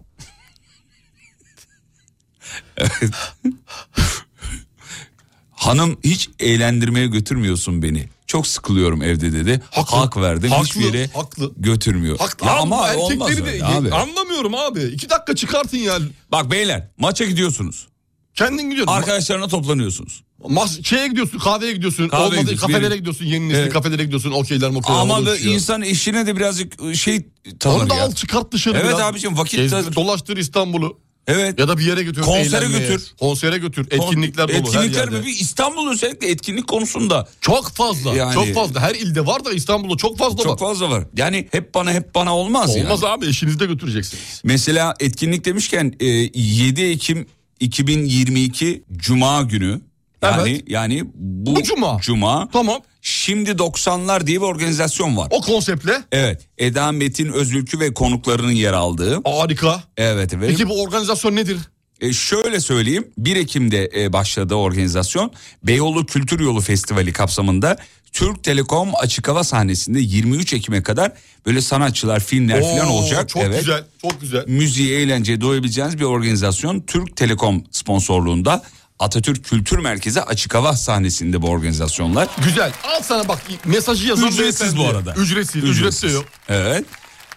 Hanım hiç eğlendirmeye götürmüyorsun beni. Çok sıkılıyorum evde dedi. Hak verdim. Hiçbir yere
haklı.
götürmüyor.
Haklı.
Ya
Abi,
ama
erkekleri
olmaz
de-
öyle abi.
Anlamıyorum abi. İki dakika çıkartın ya.
Bak beyler maça gidiyorsunuz.
Kendin gidiyorsun.
Arkadaşlarına toplanıyorsun.
Mas şeye gidiyorsun kahveye gidiyorsun.
Kahveye
olmadı
gidiyorsun,
kafelere
bir-
gidiyorsun yeni nesil
Evet.
kafelere gidiyorsun okeyler mokeyler.
Ama
olur
da
şey.
insan eşine de birazcık şey tanır
Onu da
ya.
al çıkart dışarı
Evet
biraz.
abicim, vakit
Gezdir,
tanır.
dolaştır İstanbul'u.
Evet.
Ya da bir yere götür.
Konsere
eğlenmeye.
götür.
Konsere götür. Etkinlikler dolu her
Etkinlikler
yerde.
mi? Bir İstanbul özellikle etkinlik konusunda
Çok fazla.
Yani-
Çok fazla. Her ilde var da İstanbul'da çok fazla var.
çok fazla var. Yani hep bana hep bana olmaz, yani.
Olmaz abi eşinizde götüreceksiniz.
Mesela etkinlik demişken e, 7 Ekim 2022 Cuma günü. Yani yani bu,
Bu cuma.
Cuma.
Tamam.
Şimdi 90'lar diye bir organizasyon var.
O konseptle
Evet. Eda Metin Özülkü ve konuklarının yer aldığı.
harika.
Evet evet.
Peki bu organizasyon nedir?
E, şöyle söyleyeyim 1 Ekim'de e, başladı organizasyon. Beyoğlu Kültür Yolu Festivali kapsamında Türk Telekom açık hava sahnesinde 23 Ekim'e kadar böyle sanatçılar, filmler falan
Oo,
olacak.
Çok
evet.
güzel. Çok güzel.
Müziği, eğlenceye doyabileceğiniz bir organizasyon Türk Telekom sponsorluğunda Atatürk Kültür Merkezi açık hava sahnesinde bu organizasyonlar.
Güzel. Al sana bak mesajı yazan
Ücretsiz bu
beyefendi.
arada.
Ücretsiz. Ücretsiz. yok.
Evet.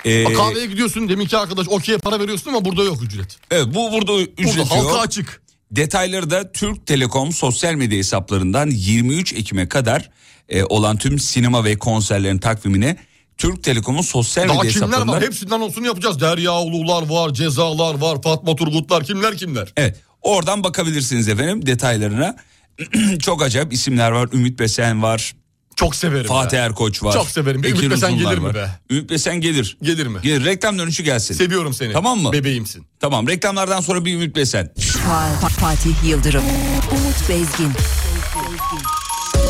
Ee,
Bak kahveye gidiyorsun deminki arkadaş okey'e para veriyorsun ama burada yok ücret.
evet, bu burada ücret
Burada halka
yok.
açık.
Detayları da Türk Telekom sosyal medya hesaplarından 23 Ekim'e kadar e, olan tüm sinema ve konserlerin takvimine Türk Telekom'un sosyal
Daha
medya
kimler
hesaplarından
var? Hepsinden olsun yapacağız. Derya Ulular var, Cezalar var, Fatma Turgutlar kimler kimler?
Evet. Oradan bakabilirsiniz efendim detaylarına. Çok acayip isimler var. Ümit Besen var.
Çok severim.
Fatih
ya.
Erkoç var.
Çok severim.
Bekir
Ümit Besen
Uzunlar
gelir mi
var.
be?
Ümit Besen gelir.
Gelir mi?
Gelir. Reklam dönüşü gelsin.
Seviyorum seni.
Tamam mı?
Bebeğimsin.
Tamam. Reklamlardan sonra bir Ümit Besen.
Fa- Fa- Fatih Yıldırım, Umut Bezgin.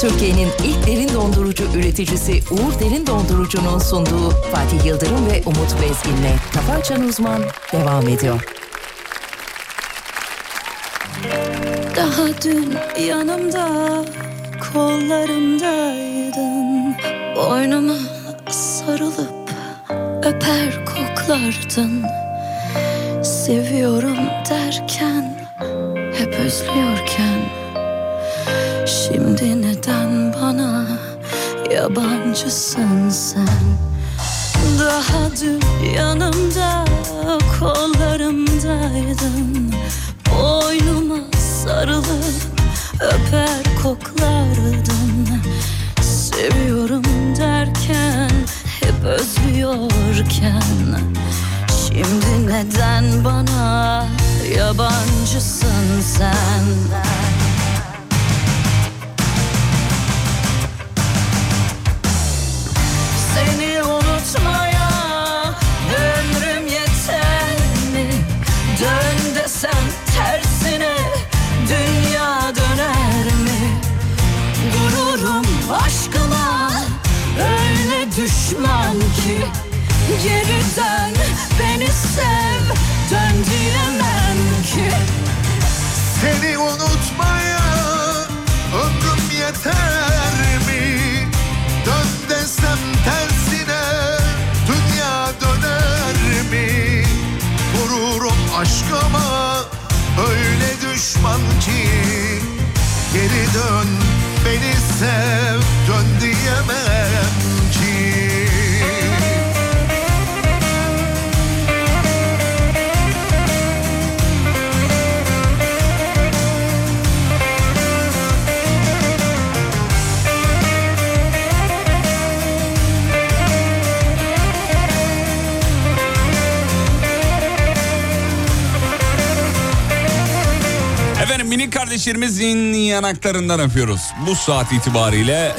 Türkiye'nin ilk derin dondurucu üreticisi Uğur Derin Dondurucu'nun sunduğu Fatih Yıldırım ve Umut Bezgin'le Kafa Açan Uzman devam ediyor.
Daha dün yanımda kollarımdaydın Boynuma sarılıp öper koklardın Seviyorum derken hep özlüyorken Şimdi neden bana yabancısın sen daha dün yanımda kollarımdaydın Boynuma sarılıp öper koklardın Seviyorum derken hep özlüyorken Neden bana yabancısın sen? Seni unutmaya ömrüm yeter mi? Dön desen tersine dünya döner mi? Gururum aşkıma öyle düşman ki Geri dön beni sev dön diyemem ki
Seni unutmaya ömrüm yeter mi? Dön desem tersine dünya döner mi? Vururum aşkıma öyle düşman ki Geri dön beni sev dön diyemem ki
Efendim minik kardeşlerimizin yanaklarından öpüyoruz. Bu saat itibariyle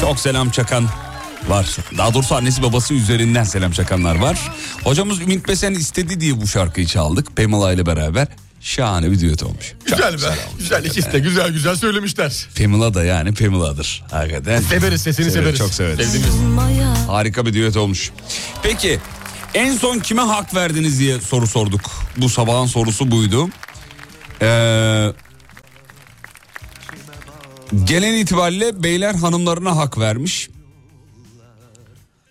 çok selam çakan var. Daha doğrusu annesi babası üzerinden selam çakanlar var. Hocamız Ümit Besen istedi diye bu şarkıyı çaldık. Pamela ile beraber şahane bir düet olmuş.
Güzel be. Güzel ikisi de güzel güzel söylemişler.
Pamela da yani Pamela'dır. Hakikaten.
Severiz sesini severiz.
Çok severiz.
Maya
Harika bir düet olmuş. Peki en son kime hak verdiniz diye soru sorduk. Bu sabahın sorusu buydu. Ee, gelen itibariyle beyler hanımlarına hak vermiş.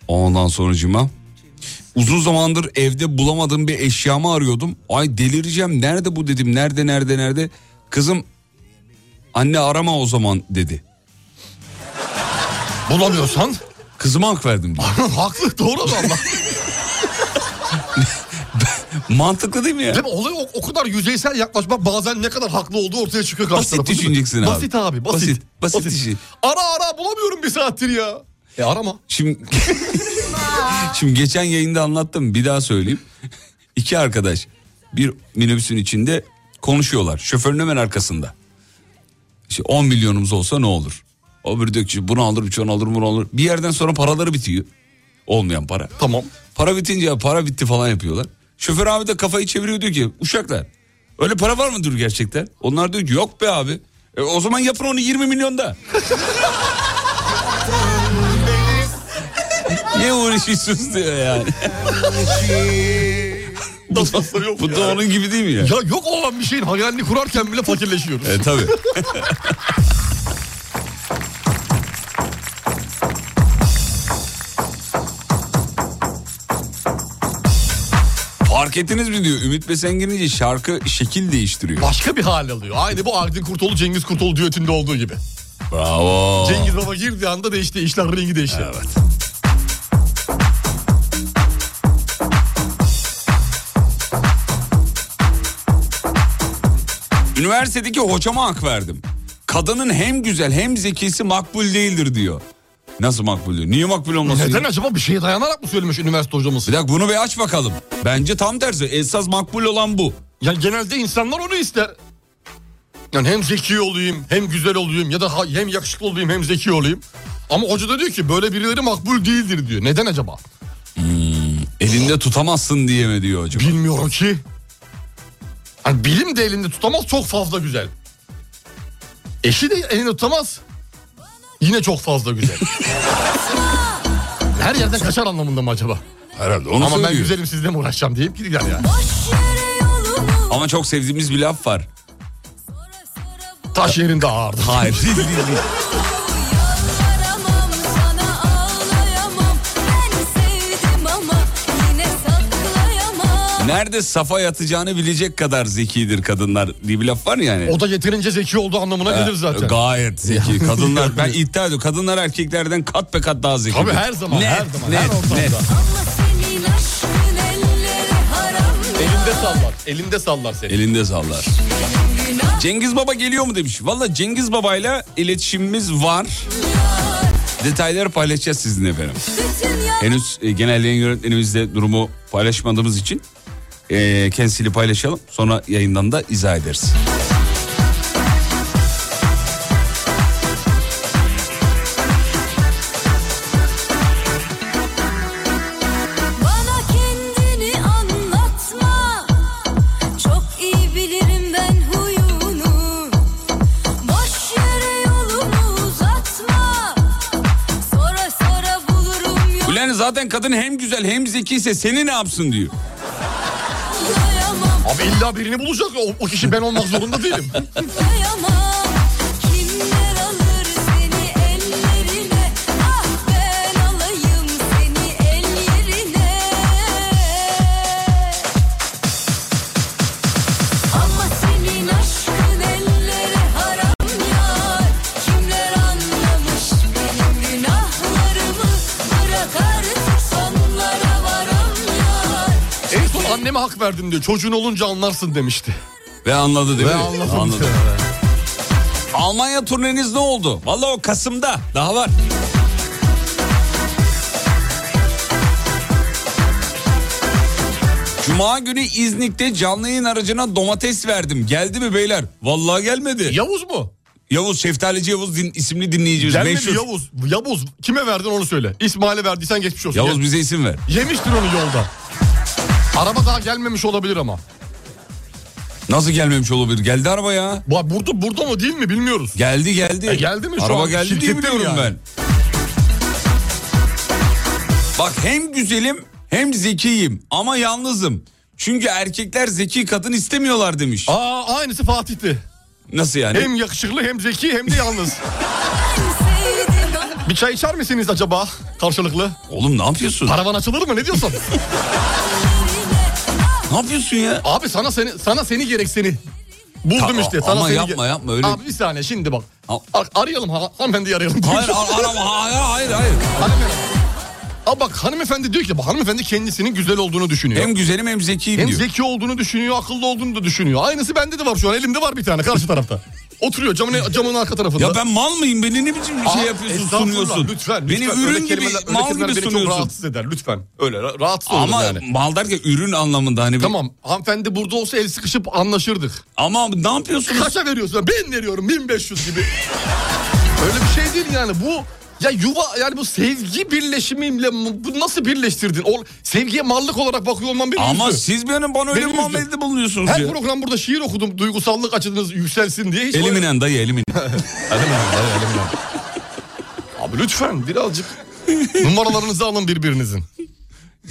Ondan sonucuma. Uzun zamandır evde bulamadığım bir eşyamı arıyordum. Ay delireceğim nerede bu dedim nerede nerede nerede. Kızım anne arama o zaman dedi.
Bulamıyorsan?
Kızıma hak verdim.
Haklı doğru adam.
Mantıklı değil mi ya?
Değil mi? Olay o, o kadar yüzeysel yaklaşmak bazen ne kadar haklı olduğu ortaya çıkıyor karşı
Basit
tarafın, değil mi?
düşüneceksin abi.
Basit abi basit.
Basit, basit işi.
Ara ara bulamıyorum bir saattir ya. E arama.
Şimdi Şimdi geçen yayında anlattım bir daha söyleyeyim. İki arkadaş bir minibüsün içinde konuşuyorlar. Şoförün hemen arkasında. İşte 10 milyonumuz olsa ne olur? O bir diyor ki bunu alır, bunu alır, bunu alır. Bir yerden sonra paraları bitiyor. Olmayan para.
Tamam.
Para bitince ya para bitti falan yapıyorlar. Şoför abi de kafayı çeviriyor diyor ki uşaklar öyle para var mıdır gerçekten? Onlar diyor ki yok be abi. E, o zaman yapın onu 20 milyonda. Niye uğraşıyorsunuz diyor yani. Bu da onun gibi değil mi ya?
Ya yok olan bir şeyin hayalini kurarken bile fakirleşiyoruz.
E tabii. Fark ettiniz mi diyor Ümit Besen girince şarkı şekil değiştiriyor.
Başka bir hal alıyor. Aynı bu Aydın Kurtoğlu Cengiz Kurtoğlu düetinde olduğu gibi.
Bravo.
Cengiz Baba girdiği anda değişti. işler rengi değişti.
Üniversitedeki hocama hak verdim. Kadının hem güzel hem zekisi makbul değildir diyor. Nasıl makbul diyor? Niye makbul olmasın?
Neden
ya?
acaba bir şeye dayanarak mı söylemiş üniversite hocamız?
Bir dakika bunu bir aç bakalım. Bence tam tersi. Esas makbul olan bu.
Yani genelde insanlar onu ister. Yani hem zeki olayım hem güzel olayım ya da ha- hem yakışıklı olayım hem zeki olayım. Ama hoca da diyor ki böyle birileri makbul değildir diyor. Neden acaba?
Hmm, Elinde tutamazsın diye mi diyor acaba?
Bilmiyorum ki. Hani bilim de elinde tutamaz çok fazla güzel. Eşi de elinde tutamaz. Yine çok fazla güzel. Her yerden kaçar anlamında mı acaba?
Herhalde onu
Ama ben
söylüyor.
güzelim sizle mi uğraşacağım deyip gidiyor yani.
Ama çok sevdiğimiz bir laf var.
Taş yerinde ağır.
Hayır değil değil değil.
Sevdim ama yine saklayamam
Nerede safa yatacağını bilecek kadar zekidir kadınlar diye bir laf var ya hani. yani.
O da yeterince zeki olduğu anlamına
Ha,
gelir zaten.
Ee, Gayet zeki. Kadınlar ben iddia ediyorum. Kadınlar erkeklerden kat be kat daha zeki.
Tabii her zaman,
Net,
her zaman,
net,
her ortamda.
net.
Elinde sallar. Elinde sallar seni.
Elinde sallar. Cengiz Baba geliyor mu demiş. Valla Cengiz Baba'yla iletişimimiz var. Detayları paylaşacağız sizinle efendim. Henüz e, genel yayın yönetmenimizle durumu paylaşmadığımız için e, kendisiyle paylaşalım. Sonra yayından da izah ederiz.
Bana kendini anlatma Çok iyi bilirim ben huyunu Boş yere yolumu uzatma Sonra sonra bulurum
Ulan zaten kadın hem güzel hem zekiyse seni ne yapsın diyor.
Abi illa birini E, bulacak o, o kişi ben olmak zorunda değilim.
Ben alayım seni el yerine Ama senin aşkın ellere haram yar Kimler anlamış benim günahlarımı Bırak artık sonlara varam yar
en son anneme hak verdim diyor. Çocuğun olunca anlarsın demişti.
Ve anladı değil
Ve
mi?
anladı.
Almanya turneniz ne oldu? Vallahi o Kasım'da daha var. Cuma günü İznik'te canlı yayın aracına domates verdim. Geldi mi beyler? Vallahi gelmedi.
Yavuz mu?
Yavuz, Şeftalici Yavuz din, isimli dinleyicimiz.
Gelmedi
meşhur.
Yavuz. Yavuz kime verdin onu söyle. İsmail'e verdiysen geçmiş olsun.
Yavuz
Gel.
bize isim ver.
Yemiştir onu yolda. Araba daha gelmemiş olabilir ama.
Nasıl gelmemiş olabilir? Geldi araba ya.
Bu- Burada burada mı değil mi bilmiyoruz.
Geldi geldi.
E, geldi mi şu
Araba
an?
geldi diye
Şirkette mi
biliyorum
yani?
ben. Bak hem güzelim hem zekiyim ama yalnızım. Çünkü erkekler zeki kadın istemiyorlar demiş.
Aa aynısı Fatih'ti.
Nasıl yani?
Hem yakışıklı hem zeki hem de yalnız. Bir çay içer misiniz acaba karşılıklı?
Oğlum ne yapıyorsun?
Paravan açılır mı ne diyorsun?
ne yapıyorsun ya?
Abi sana seni sana seni gerek seni. Buldum
Ta-
işte. Sana
ama
seni
yapma, yapma, öyle-
Abi bir saniye şimdi bak. Ar- arayalım ha- hanımefendiyi arayalım.
Hayır, ar- arama, hayır, hayır, hayır.
Hanımefendi. Aa bak hanımefendi diyor ki bak hanımefendi kendisinin güzel olduğunu düşünüyor.
Hem güzelim hem zekiyim
Hem
diyor.
zeki olduğunu düşünüyor, akıllı olduğunu da düşünüyor. Aynısı bende de var şu an. Elimde var bir tane karşı tarafta. Oturuyor camın, camın arka tarafında.
Ya ben mal mıyım? Beni ne biçim bir şey
Aa,
yapıyorsun,
estağfurullah,
sunuyorsun?
Lütfen, lütfen.
Beni
Öyle
ürün gibi,
kelimeler- öyle
mal
kelimeler
gibi
beni çok
sunuyorsun.
rahatsız eder lütfen. Öyle ra- rahatsız olurum
Ama
yani.
mal derken ürün anlamında hani. bir-
Tamam hanımefendi burada olsa el sıkışıp anlaşırdık.
Ama ne yapıyorsunuz?
Kaça veriyorsun? Ben veriyorum 1500 gibi. Öyle bir şey değil yani bu ya yuva yani bu sevgi birleşimiyle mu- bu nasıl birleştirdin? O, sevgiye mallık olarak bakıyor olman benim
Ama
yüzüm.
siz benim bana öyle
Benim
bir
yüzüm.
muamelede bulunuyorsunuz
Her
ya.
program burada şiir okudum duygusallık açınız yükselsin diye. Hiç
Eliminen dayı eliminen.
eliminen dayı eliminen. Abi lütfen birazcık numaralarınızı alın birbirinizin.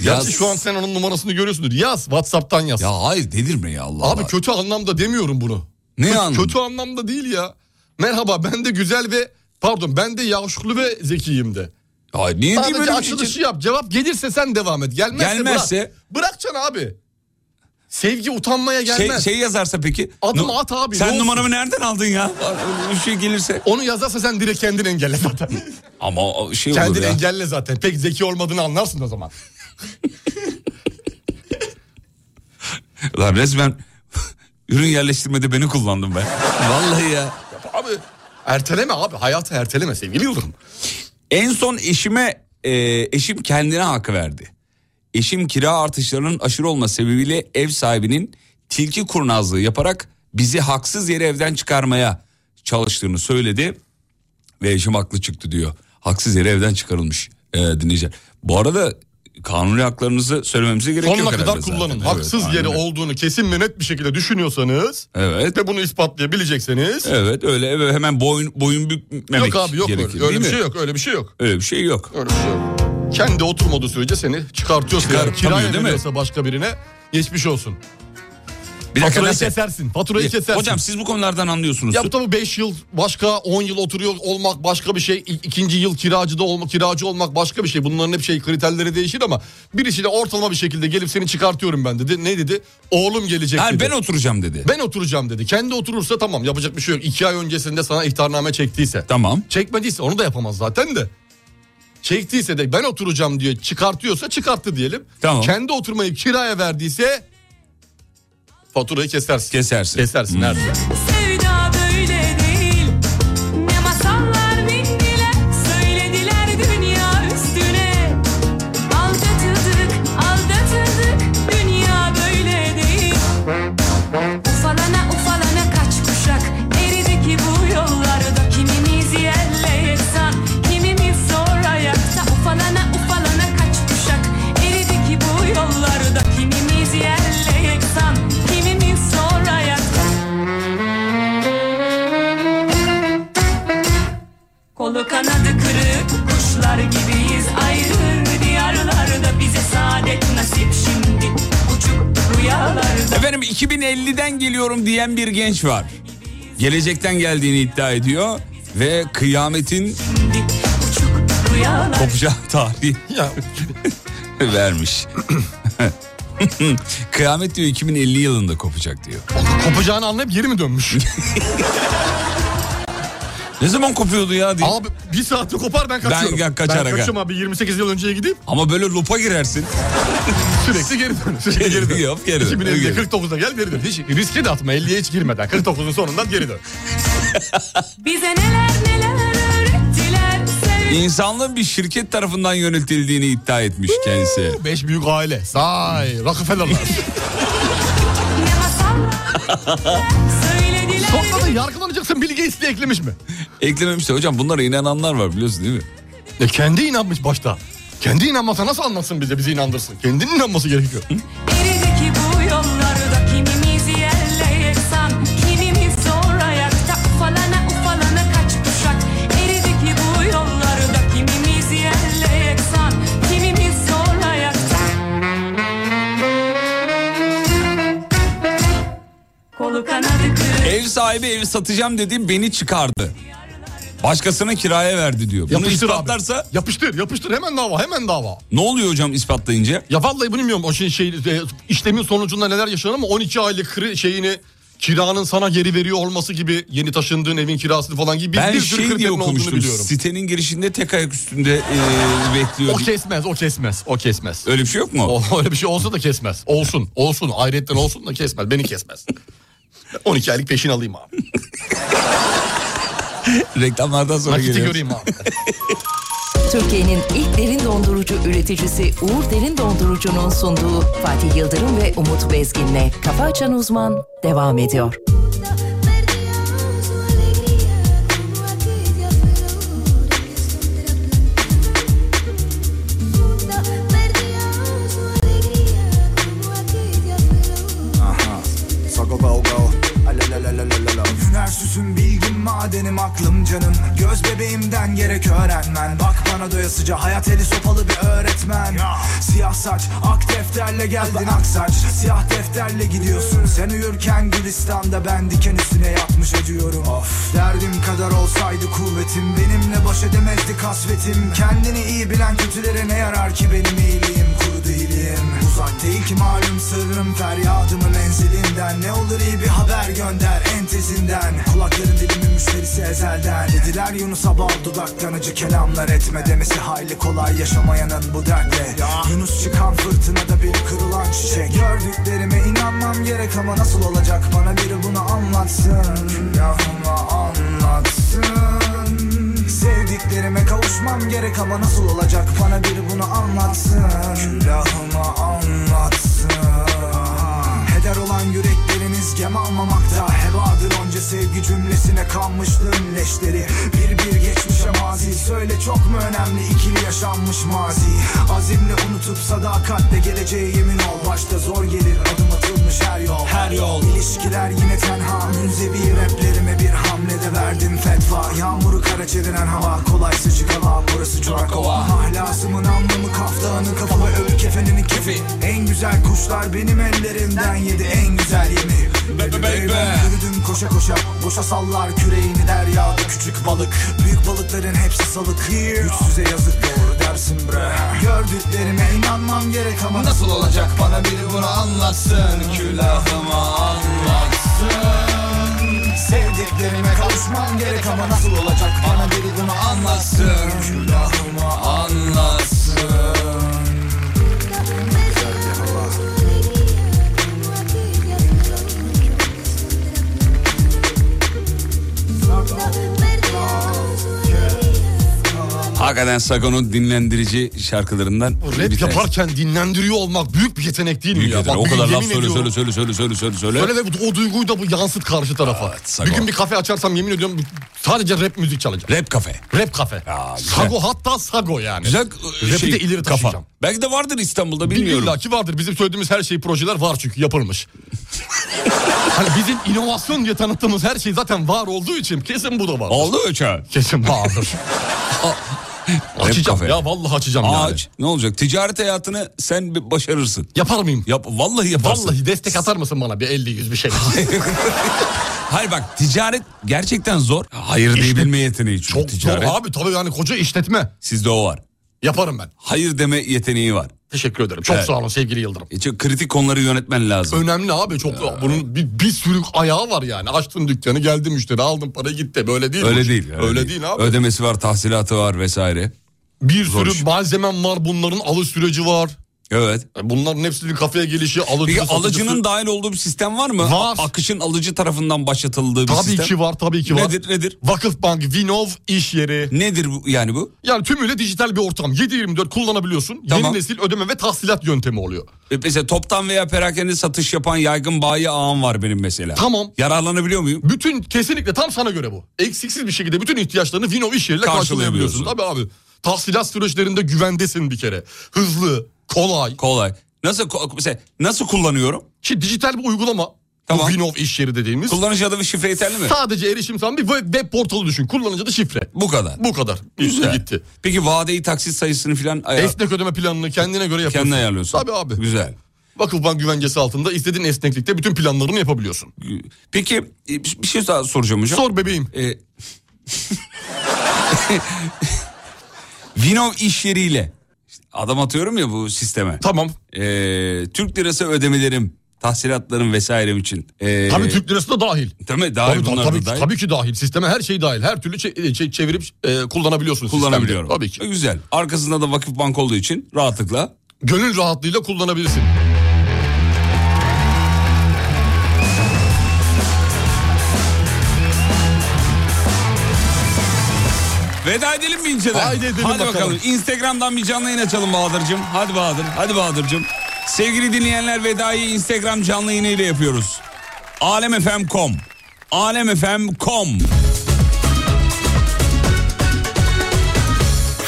Gerçi
Yaz.
şu an sen onun numarasını görüyorsundur. Yaz Whatsapp'tan yaz.
Ya hayır delirme ya Allah
Abi
Allah.
kötü anlamda demiyorum bunu.
Ne
Kö-
anlamda?
Kötü anlamda değil ya. Merhaba ben de güzel ve pardon ben de yakışıklı ve zekiyim de.
Hayır niye diyeyim
Sadece
öyle bir şey?
açılışı yap. Cevap gelirse sen devam et. Gelmezse,
Gelmezse-
bırak. Bırakacaksın abi. Sevgi utanmaya
Şey,
gelmez.
şey yazarsa peki?
Adımı
Nu-
at abi, ne
Sen
olsun?
numaramı nereden aldın ya? Bir şey gelirse.
Onu yazarsa sen direkt kendini engelle zaten.
Ama o şey olur
kendini
ya.
engelle zaten. Pek zeki olmadığını anlarsın o zaman.
Lan resmen ürün yerleştirmede beni kullandım ben. Vallahi ya.
Abi erteleme abi. Hayatı erteleme sevgili Yıldırım.
En son eşime e, eşim kendine hakkı verdi. Eşim kira artışlarının aşırı olma sebebiyle ev sahibinin tilki kurnazlığı yaparak bizi haksız yere evden çıkarmaya çalıştığını söyledi. Ve eşim haklı çıktı diyor. Haksız yere evden çıkarılmış e, dinleyiciler. Bu arada kanuni haklarınızı söylememize gerek yok
Sonuna
herhalde
kadar
zaten.
kullanın.
Evet,
Haksız yere
aynen.
olduğunu kesin ve net bir şekilde düşünüyorsanız
Evet.
ve bunu ispatlayabilecekseniz
Evet öyle eve hemen boyun boyun bükmemek
Yok abi yok
gerekir,
öyle. Öyle
değil
bir
mi?
şey yok. Öyle bir şey yok.
Öyle bir şey yok.
Öyle bir şey yok. Kendi oturmadığı sürece seni çıkartıyorsa yani
Çıkartamıyor,
kiraya
değil mi?
veriyorsa başka birine geçmiş olsun.
Bir dakika,
faturayı
nasıl-
kesersin. Faturayı
Bir-
kesersin.
Hocam siz bu konulardan anlıyorsunuz.
Ya bu tabii 5 yıl başka, 10 yıl oturuyor olmak başka bir şey. İ- ikinci yıl kiracıda olma, kiracı olmak başka bir şey. Bunların hep şey kriterleri değişir ama birisi de ortalama bir şekilde gelip seni çıkartıyorum ben dedi. Ne dedi? Oğlum gelecek
Ha,
dedi.
ben oturacağım dedi.
Ben oturacağım dedi. Kendi oturursa tamam yapacak bir şey yok. İki ay öncesinde sana ihtarname çektiyse.
Tamam.
Çekmediyse onu da yapamaz zaten de. Çektiyse de ben oturacağım diye çıkartıyorsa çıkarttı diyelim.
Tamam.
Kendi oturmayı kiraya verdiyse faturayı kesersin.
Kesersin. Hmm.
Kesersin. şey. Nerede?
Sevda böyle değil Ne masallar bindiler Söylediler dünya üstüne Aldatıldık aldatıldık Dünya böyle
Kolu kanadı kırık kuşlar gibiyiz ayrı Diyarlarda bize saadet nasip şimdi uçuk rüyalarda
Efendim 2050'den geliyorum diyen bir genç var. Gelecekten geldiğini iddia ediyor ve kıyametin
rüyalar
kopacağı tarihi vermiş. Kıyamet diyor 2050 yılında kopacak diyor.
Kopacağını anlayıp geri mi dönmüş?
Ne zaman kopuyordu ya diye.
Abi bir saatte kopar ben kaçıyorum.
Ben- kaçar aga.
Ben kaçıyorum abi 28 yıl önceye gideyim.
Ama böyle lopa girersin.
Sürekli geri dön. Sürekli geri dön.
Yap geri dön.
2050'de
Geri dön.
49'da gel geri dön. Hiç riske de atma 50'ye hiç girmeden. 49'un sonundan geri dön.
Bize neler neler öğrettiler
İnsanlığın bir şirket tarafından yönetildiğini iddia etmiş kendisi.
Beş büyük aile. Say Rockefeller'lar. Sonra da yargılanacaksın Bill Gates diye eklemiş mi?
Eklememiş de hocam bunlara inananlar var biliyorsun değil mi?
Ya E, kendi inanmış başta. Kendi inanmasa nasıl anlatsın bize bizi inandırsın. Kendinin inanması gerekiyor.
Erideki bu yollarda kimimiz yerle yeksan Kimimiz zor ayakta ufalana ufalana kaç kuşak Erideki bu yollarda kimimiz yerle yeksan Kimimiz zor ayakta Kolu kanadı kırık
Ev sahibi evi satacağım dedi beni çıkardı. Başkasına kiraya verdi diyor. Bunu
Yapıştır abi.
ispatlarsa
Yapıştır yapıştır hemen dava hemen dava.
ne oluyor hocam ispatlayınca?
Ya vallahi bilmiyorum o şey, şey e, işlemin sonucunda neler yaşanır ama 12 aylık kri- şeyini kiranın sana geri veriyor olması gibi yeni taşındığın evin kirasını falan gibi bir,
ben
bir sürü
şey diye
kriterin olduğunu
okumuştum.
biliyorum.
Sitenin girişinde tek ayak üstünde e, bekliyor.
O kesmez, o kesmez, o kesmez.
Öyle bir şey yok mu?
O- öyle bir şey olsa da kesmez. Olsun, olsun. Ayrıyetten olsun da kesmez. Beni kesmez. 12 aylık peşin alayım abi.
Reklamlardan sonra
Nakiti
geliyoruz.
göreyim abi.
Türkiye'nin ilk derin dondurucu üreticisi Uğur Derin Dondurucu'nun sunduğu Fatih Yıldırım ve Umut Bezgin'le Kafa Açan Uzman devam ediyor.
Aha. Sago go go. La la la la la la. Hüner süsüm bilgim madenim aklım canım Göz bebeğimden gerek öğrenmen Bak bana doyasıca hayat eli sopalı bir öğretmen Siyah saç ak defterle geldin ak saç Siyah defterle gidiyorsun Sen uyurken gülistan'da ben diken üstüne yatmış acıyorum Of Derdim kadar olsaydı kuvvetim Benimle baş edemezdi kasvetim Kendini iyi bilen kötülere ne yarar ki benim iyiliğim Kuru değilim Uzak değil ki malum sırrım Feryadımı menzilinden Ne olur iyi bir haber gönder en tezinden Kulakların dilimin müşterisi ezelden Dediler Yunus'a bal dudaktan acı kelamlar etme Demesi hayli kolay yaşamayanın bu dertle Yunus çıkan fırtınada bir kırılan çiçek Gördüklerime inanmam gerek ama nasıl olacak Bana biri bunu anlatsın Günahımı anlatsın Sevdiklerime kavuşmam gerek ama nasıl olacak Bana biri bunu anlatsın Külahıma anlatsın Heder olan yürekleriniz gem almamakta Hevadır onca sevgi cümlesine kanmışlığın leşleri Bir bir geçmişe mazi Söyle çok mu önemli ikili yaşanmış mazi Azimle unutup sadakatle geleceğe yemin ol Başta zor gelir adım atılmış her yol Her yol İlişkiler yine tenha Münzevi raplerime bir hamlede verdim fetva Yağmuru kara çeviren hava Kolay sıcak hava burası Çorakova Mahlasımın anlamı kaftanın kafalı ölü kefeninin kefi En güzel kuşlar benim ellerimden yedi en güzel yemi Baby Yürüdüm koşa koşa Boşa sallar küreğini deryada küçük balık Büyük balıkların hepsi salık Güçsüze yazık doğru dersin bre Gördüklerime inanmam gerek ama Nasıl olacak bana biri bunu anlatsın Külahımı anlatsın Sevdiklerime kavuşmam gerek ama Nasıl olacak bana biri bunu anlatsın Külahımı anlatsın
Hakikaten Sago'nun dinlendirici şarkılarından
O
bir
Rap
tanesi.
yaparken dinlendiriyor olmak büyük bir yetenek değil mi
Büyük
ya?
yetenek.
Bak
o
bir
kadar laf
yemin
söyle söyle
ediyorum.
söyle söyle söyle söyle söyle.
Söyle ve bu- o duyguyu da bu yansıt karşı tarafa.
Sago.
bir gün bir kafe açarsam yemin ediyorum sadece rap müzik çalacağım.
Rap kafe.
Rap kafe.
güzel.
Sago hatta Sago yani.
Güzel
Rap'i
şey,
de ileri
kafa.
taşıyacağım.
Belki de vardır İstanbul'da bilmiyorum.
İlla ki vardır. Bizim söylediğimiz her şey projeler var çünkü yapılmış. hani bizim inovasyon diye tanıttığımız her şey zaten var olduğu için kesin bu da var.
Oldu öça.
Kesin vardır. açacağım ya vallahi açacağım yani.
Aç. Ne olacak? Ticaret hayatını sen bir başarırsın.
Yapar mıyım?
Yap, vallahi yaparsın.
Vallahi destek atar mısın bana bir 50-100 bir şey?
Hayır bak ticaret gerçekten zor. Hayır diyebilme yeteneği çünkü
Çok
ticaret.
zor abi tabii yani koca işletme.
Sizde o var.
Yaparım ben.
Hayır deme yeteneği var.
Teşekkür ederim. Çok sağ olun sevgili Yıldırım.
E, çok kritik konuları yönetmen lazım.
Önemli abi çok bunun bir, bir sürü ayağı var yani. Açtın dükkanı geldi müşteri aldın para gitti. Böyle değil. bu
öyle
iş.
değil.
Öyle, değil. abi.
Ödemesi var, tahsilatı var vesaire.
Bir
Zor
sürü malzemem var bunların alı süreci var. E,
Evet.
Bunların hepsinin kafaya gelişi alıcı
Peki
satıcısı-
alıcının dahil olduğu bir sistem var mı?
Var.
A- Akışın alıcı tarafından başlatıldığı bir
Tabii
sistem.
ki var tabii ki var.
Nedir nedir?
Vakıfbank, Vinov iş yeri.
Nedir bu, yani bu?
Yani tümüyle dijital bir ortam. 7-24 kullanabiliyorsun.
Tamam.
Yeni nesil ödeme ve tahsilat yöntemi oluyor.
E, Mesela toptan veya perakende satış yapan yaygın bayi ağım var benim mesela.
Tamam.
Yararlanabiliyor muyum?
Bütün kesinlikle tam sana göre bu. Eksiksiz bir şekilde bütün ihtiyaçlarını Vinov iş yeriyle karşılayabiliyorsun. Tabii abi. Tahsilat süreçlerinde güvendesin bir kere. Hızlı, kolay.
Kolay. Nasıl ko- mesela nasıl kullanıyorum?
Ki dijital bir uygulama.
Tamam.
Bu Vinov iş yeri dediğimiz.
Kullanıcı adı ve şifre yeterli mi?
Sadece erişim sağlayan bir web, web portalı düşün. Kullanıcı da şifre.
Bu kadar.
Bu kadar. Güzel.
Güzel.
gitti.
Peki vadeyi taksit sayısını filan ayar...
Esnek ödeme planını kendine göre yapıyorsun.
kendine ayarlıyorsun.
Tabii abi.
Güzel.
Vakıfbank güvencesi altında istediğin esneklikte bütün planlarını yapabiliyorsun.
Peki e, bir bir şey daha soracağım hocam.
Sor bebeğim.
E... Vinov iş yeriyle işte adam atıyorum ya bu sisteme.
Tamam.
E, Türk lirası ödemelerim, tahsilatlarım vesairem için. E...
Tabii Türk lirası da dahil.
Değil mi? Dahil
tabii,
bunlar da
tabii,
dahil.
tabii ki dahil. Sisteme her şey dahil. Her türlü çe- e, çe- çevirip e, kullanabiliyorsun sistemde.
Kullanabiliyorum.
Tabii ki.
E, Güzel. Arkasında da vakıf bank olduğu için rahatlıkla.
Gönül rahatlığıyla kullanabilirsin.
Veda edelim mi inceden?
Haydi edelim
Hadi bakalım.
bakalım.
Instagram'dan bir canlı yayın açalım Bahadır'cığım. Hadi Bahadır. Hadi Bahadır'cığım. Sevgili dinleyenler vedayı Instagram canlı yayınıyla yapıyoruz. Alemfm.com Alemfm.com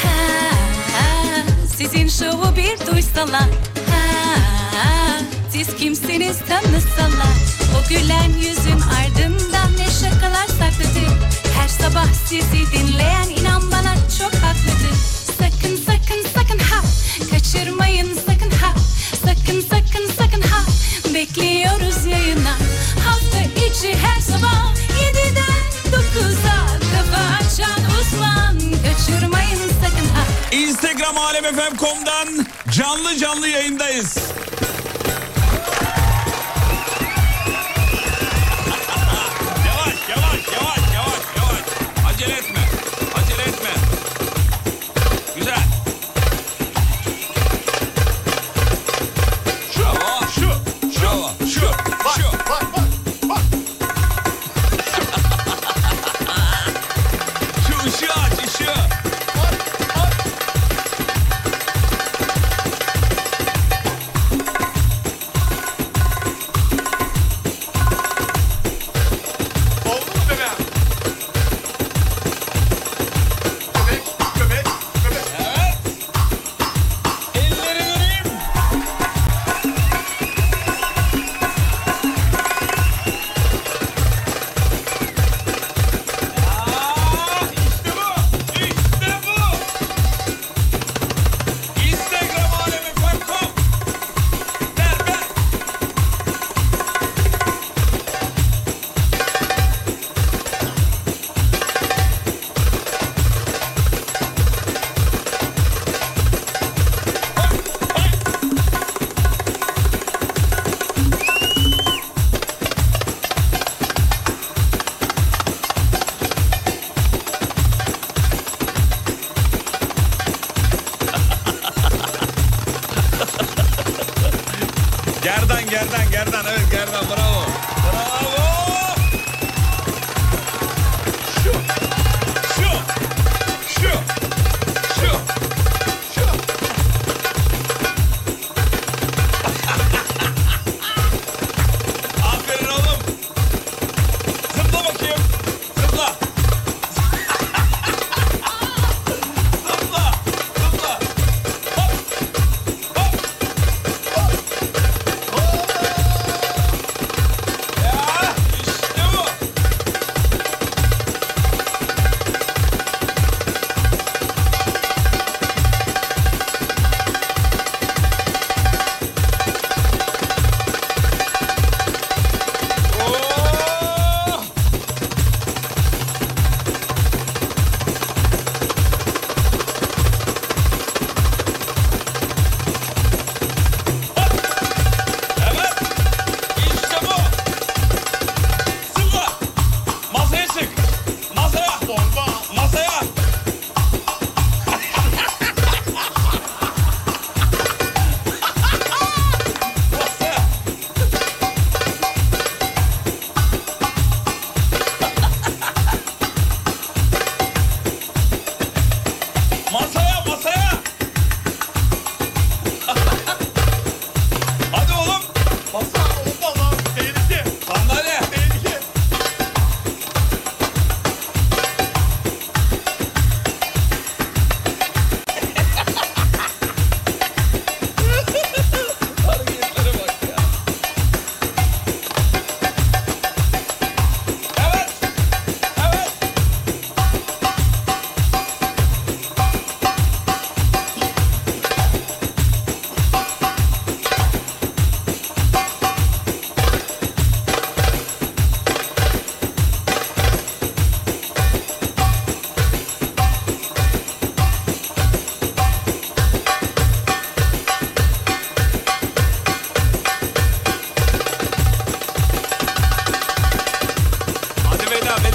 Ha, Sizin şovu bir duysalar Ha, Siz kimsiniz tanısalar O gülen yüzün ardından ne şakalar saklıdır Her sabah sizi dinleyen inan bana çok haklıdır Sakın sakın sakın ha Kaçırmayın sakın ha Sakın sakın sakın ha Bekliyoruz yayına Hafta içi her sabah 7'den 9'a Kafa açan uzman Kaçırmayın sakın ha
Instagram alemfm.com'dan canlı canlı yayındayız. yavaş yavaş yavaş yavaş yavaş. Acele etme. Acele etme. Güzel. Şava, şu, şava, şu, şu. Şu ışığı aç, ışığı. Instagram alemfm.com Gerdan gerdan gerdan evet gerdan bravo. Bravo. Şu. Şu. Şu. Şu.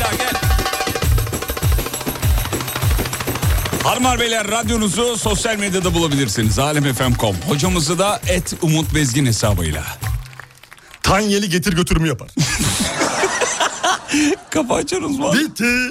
daha gel. Harmar Beyler radyonuzu sosyal medyada bulabilirsiniz. Alemfm.com. Hocamızı da et Umut Bezgin hesabıyla.
Tanyeli getir götürümü yapar.
Kafa açarız var.
Bitti.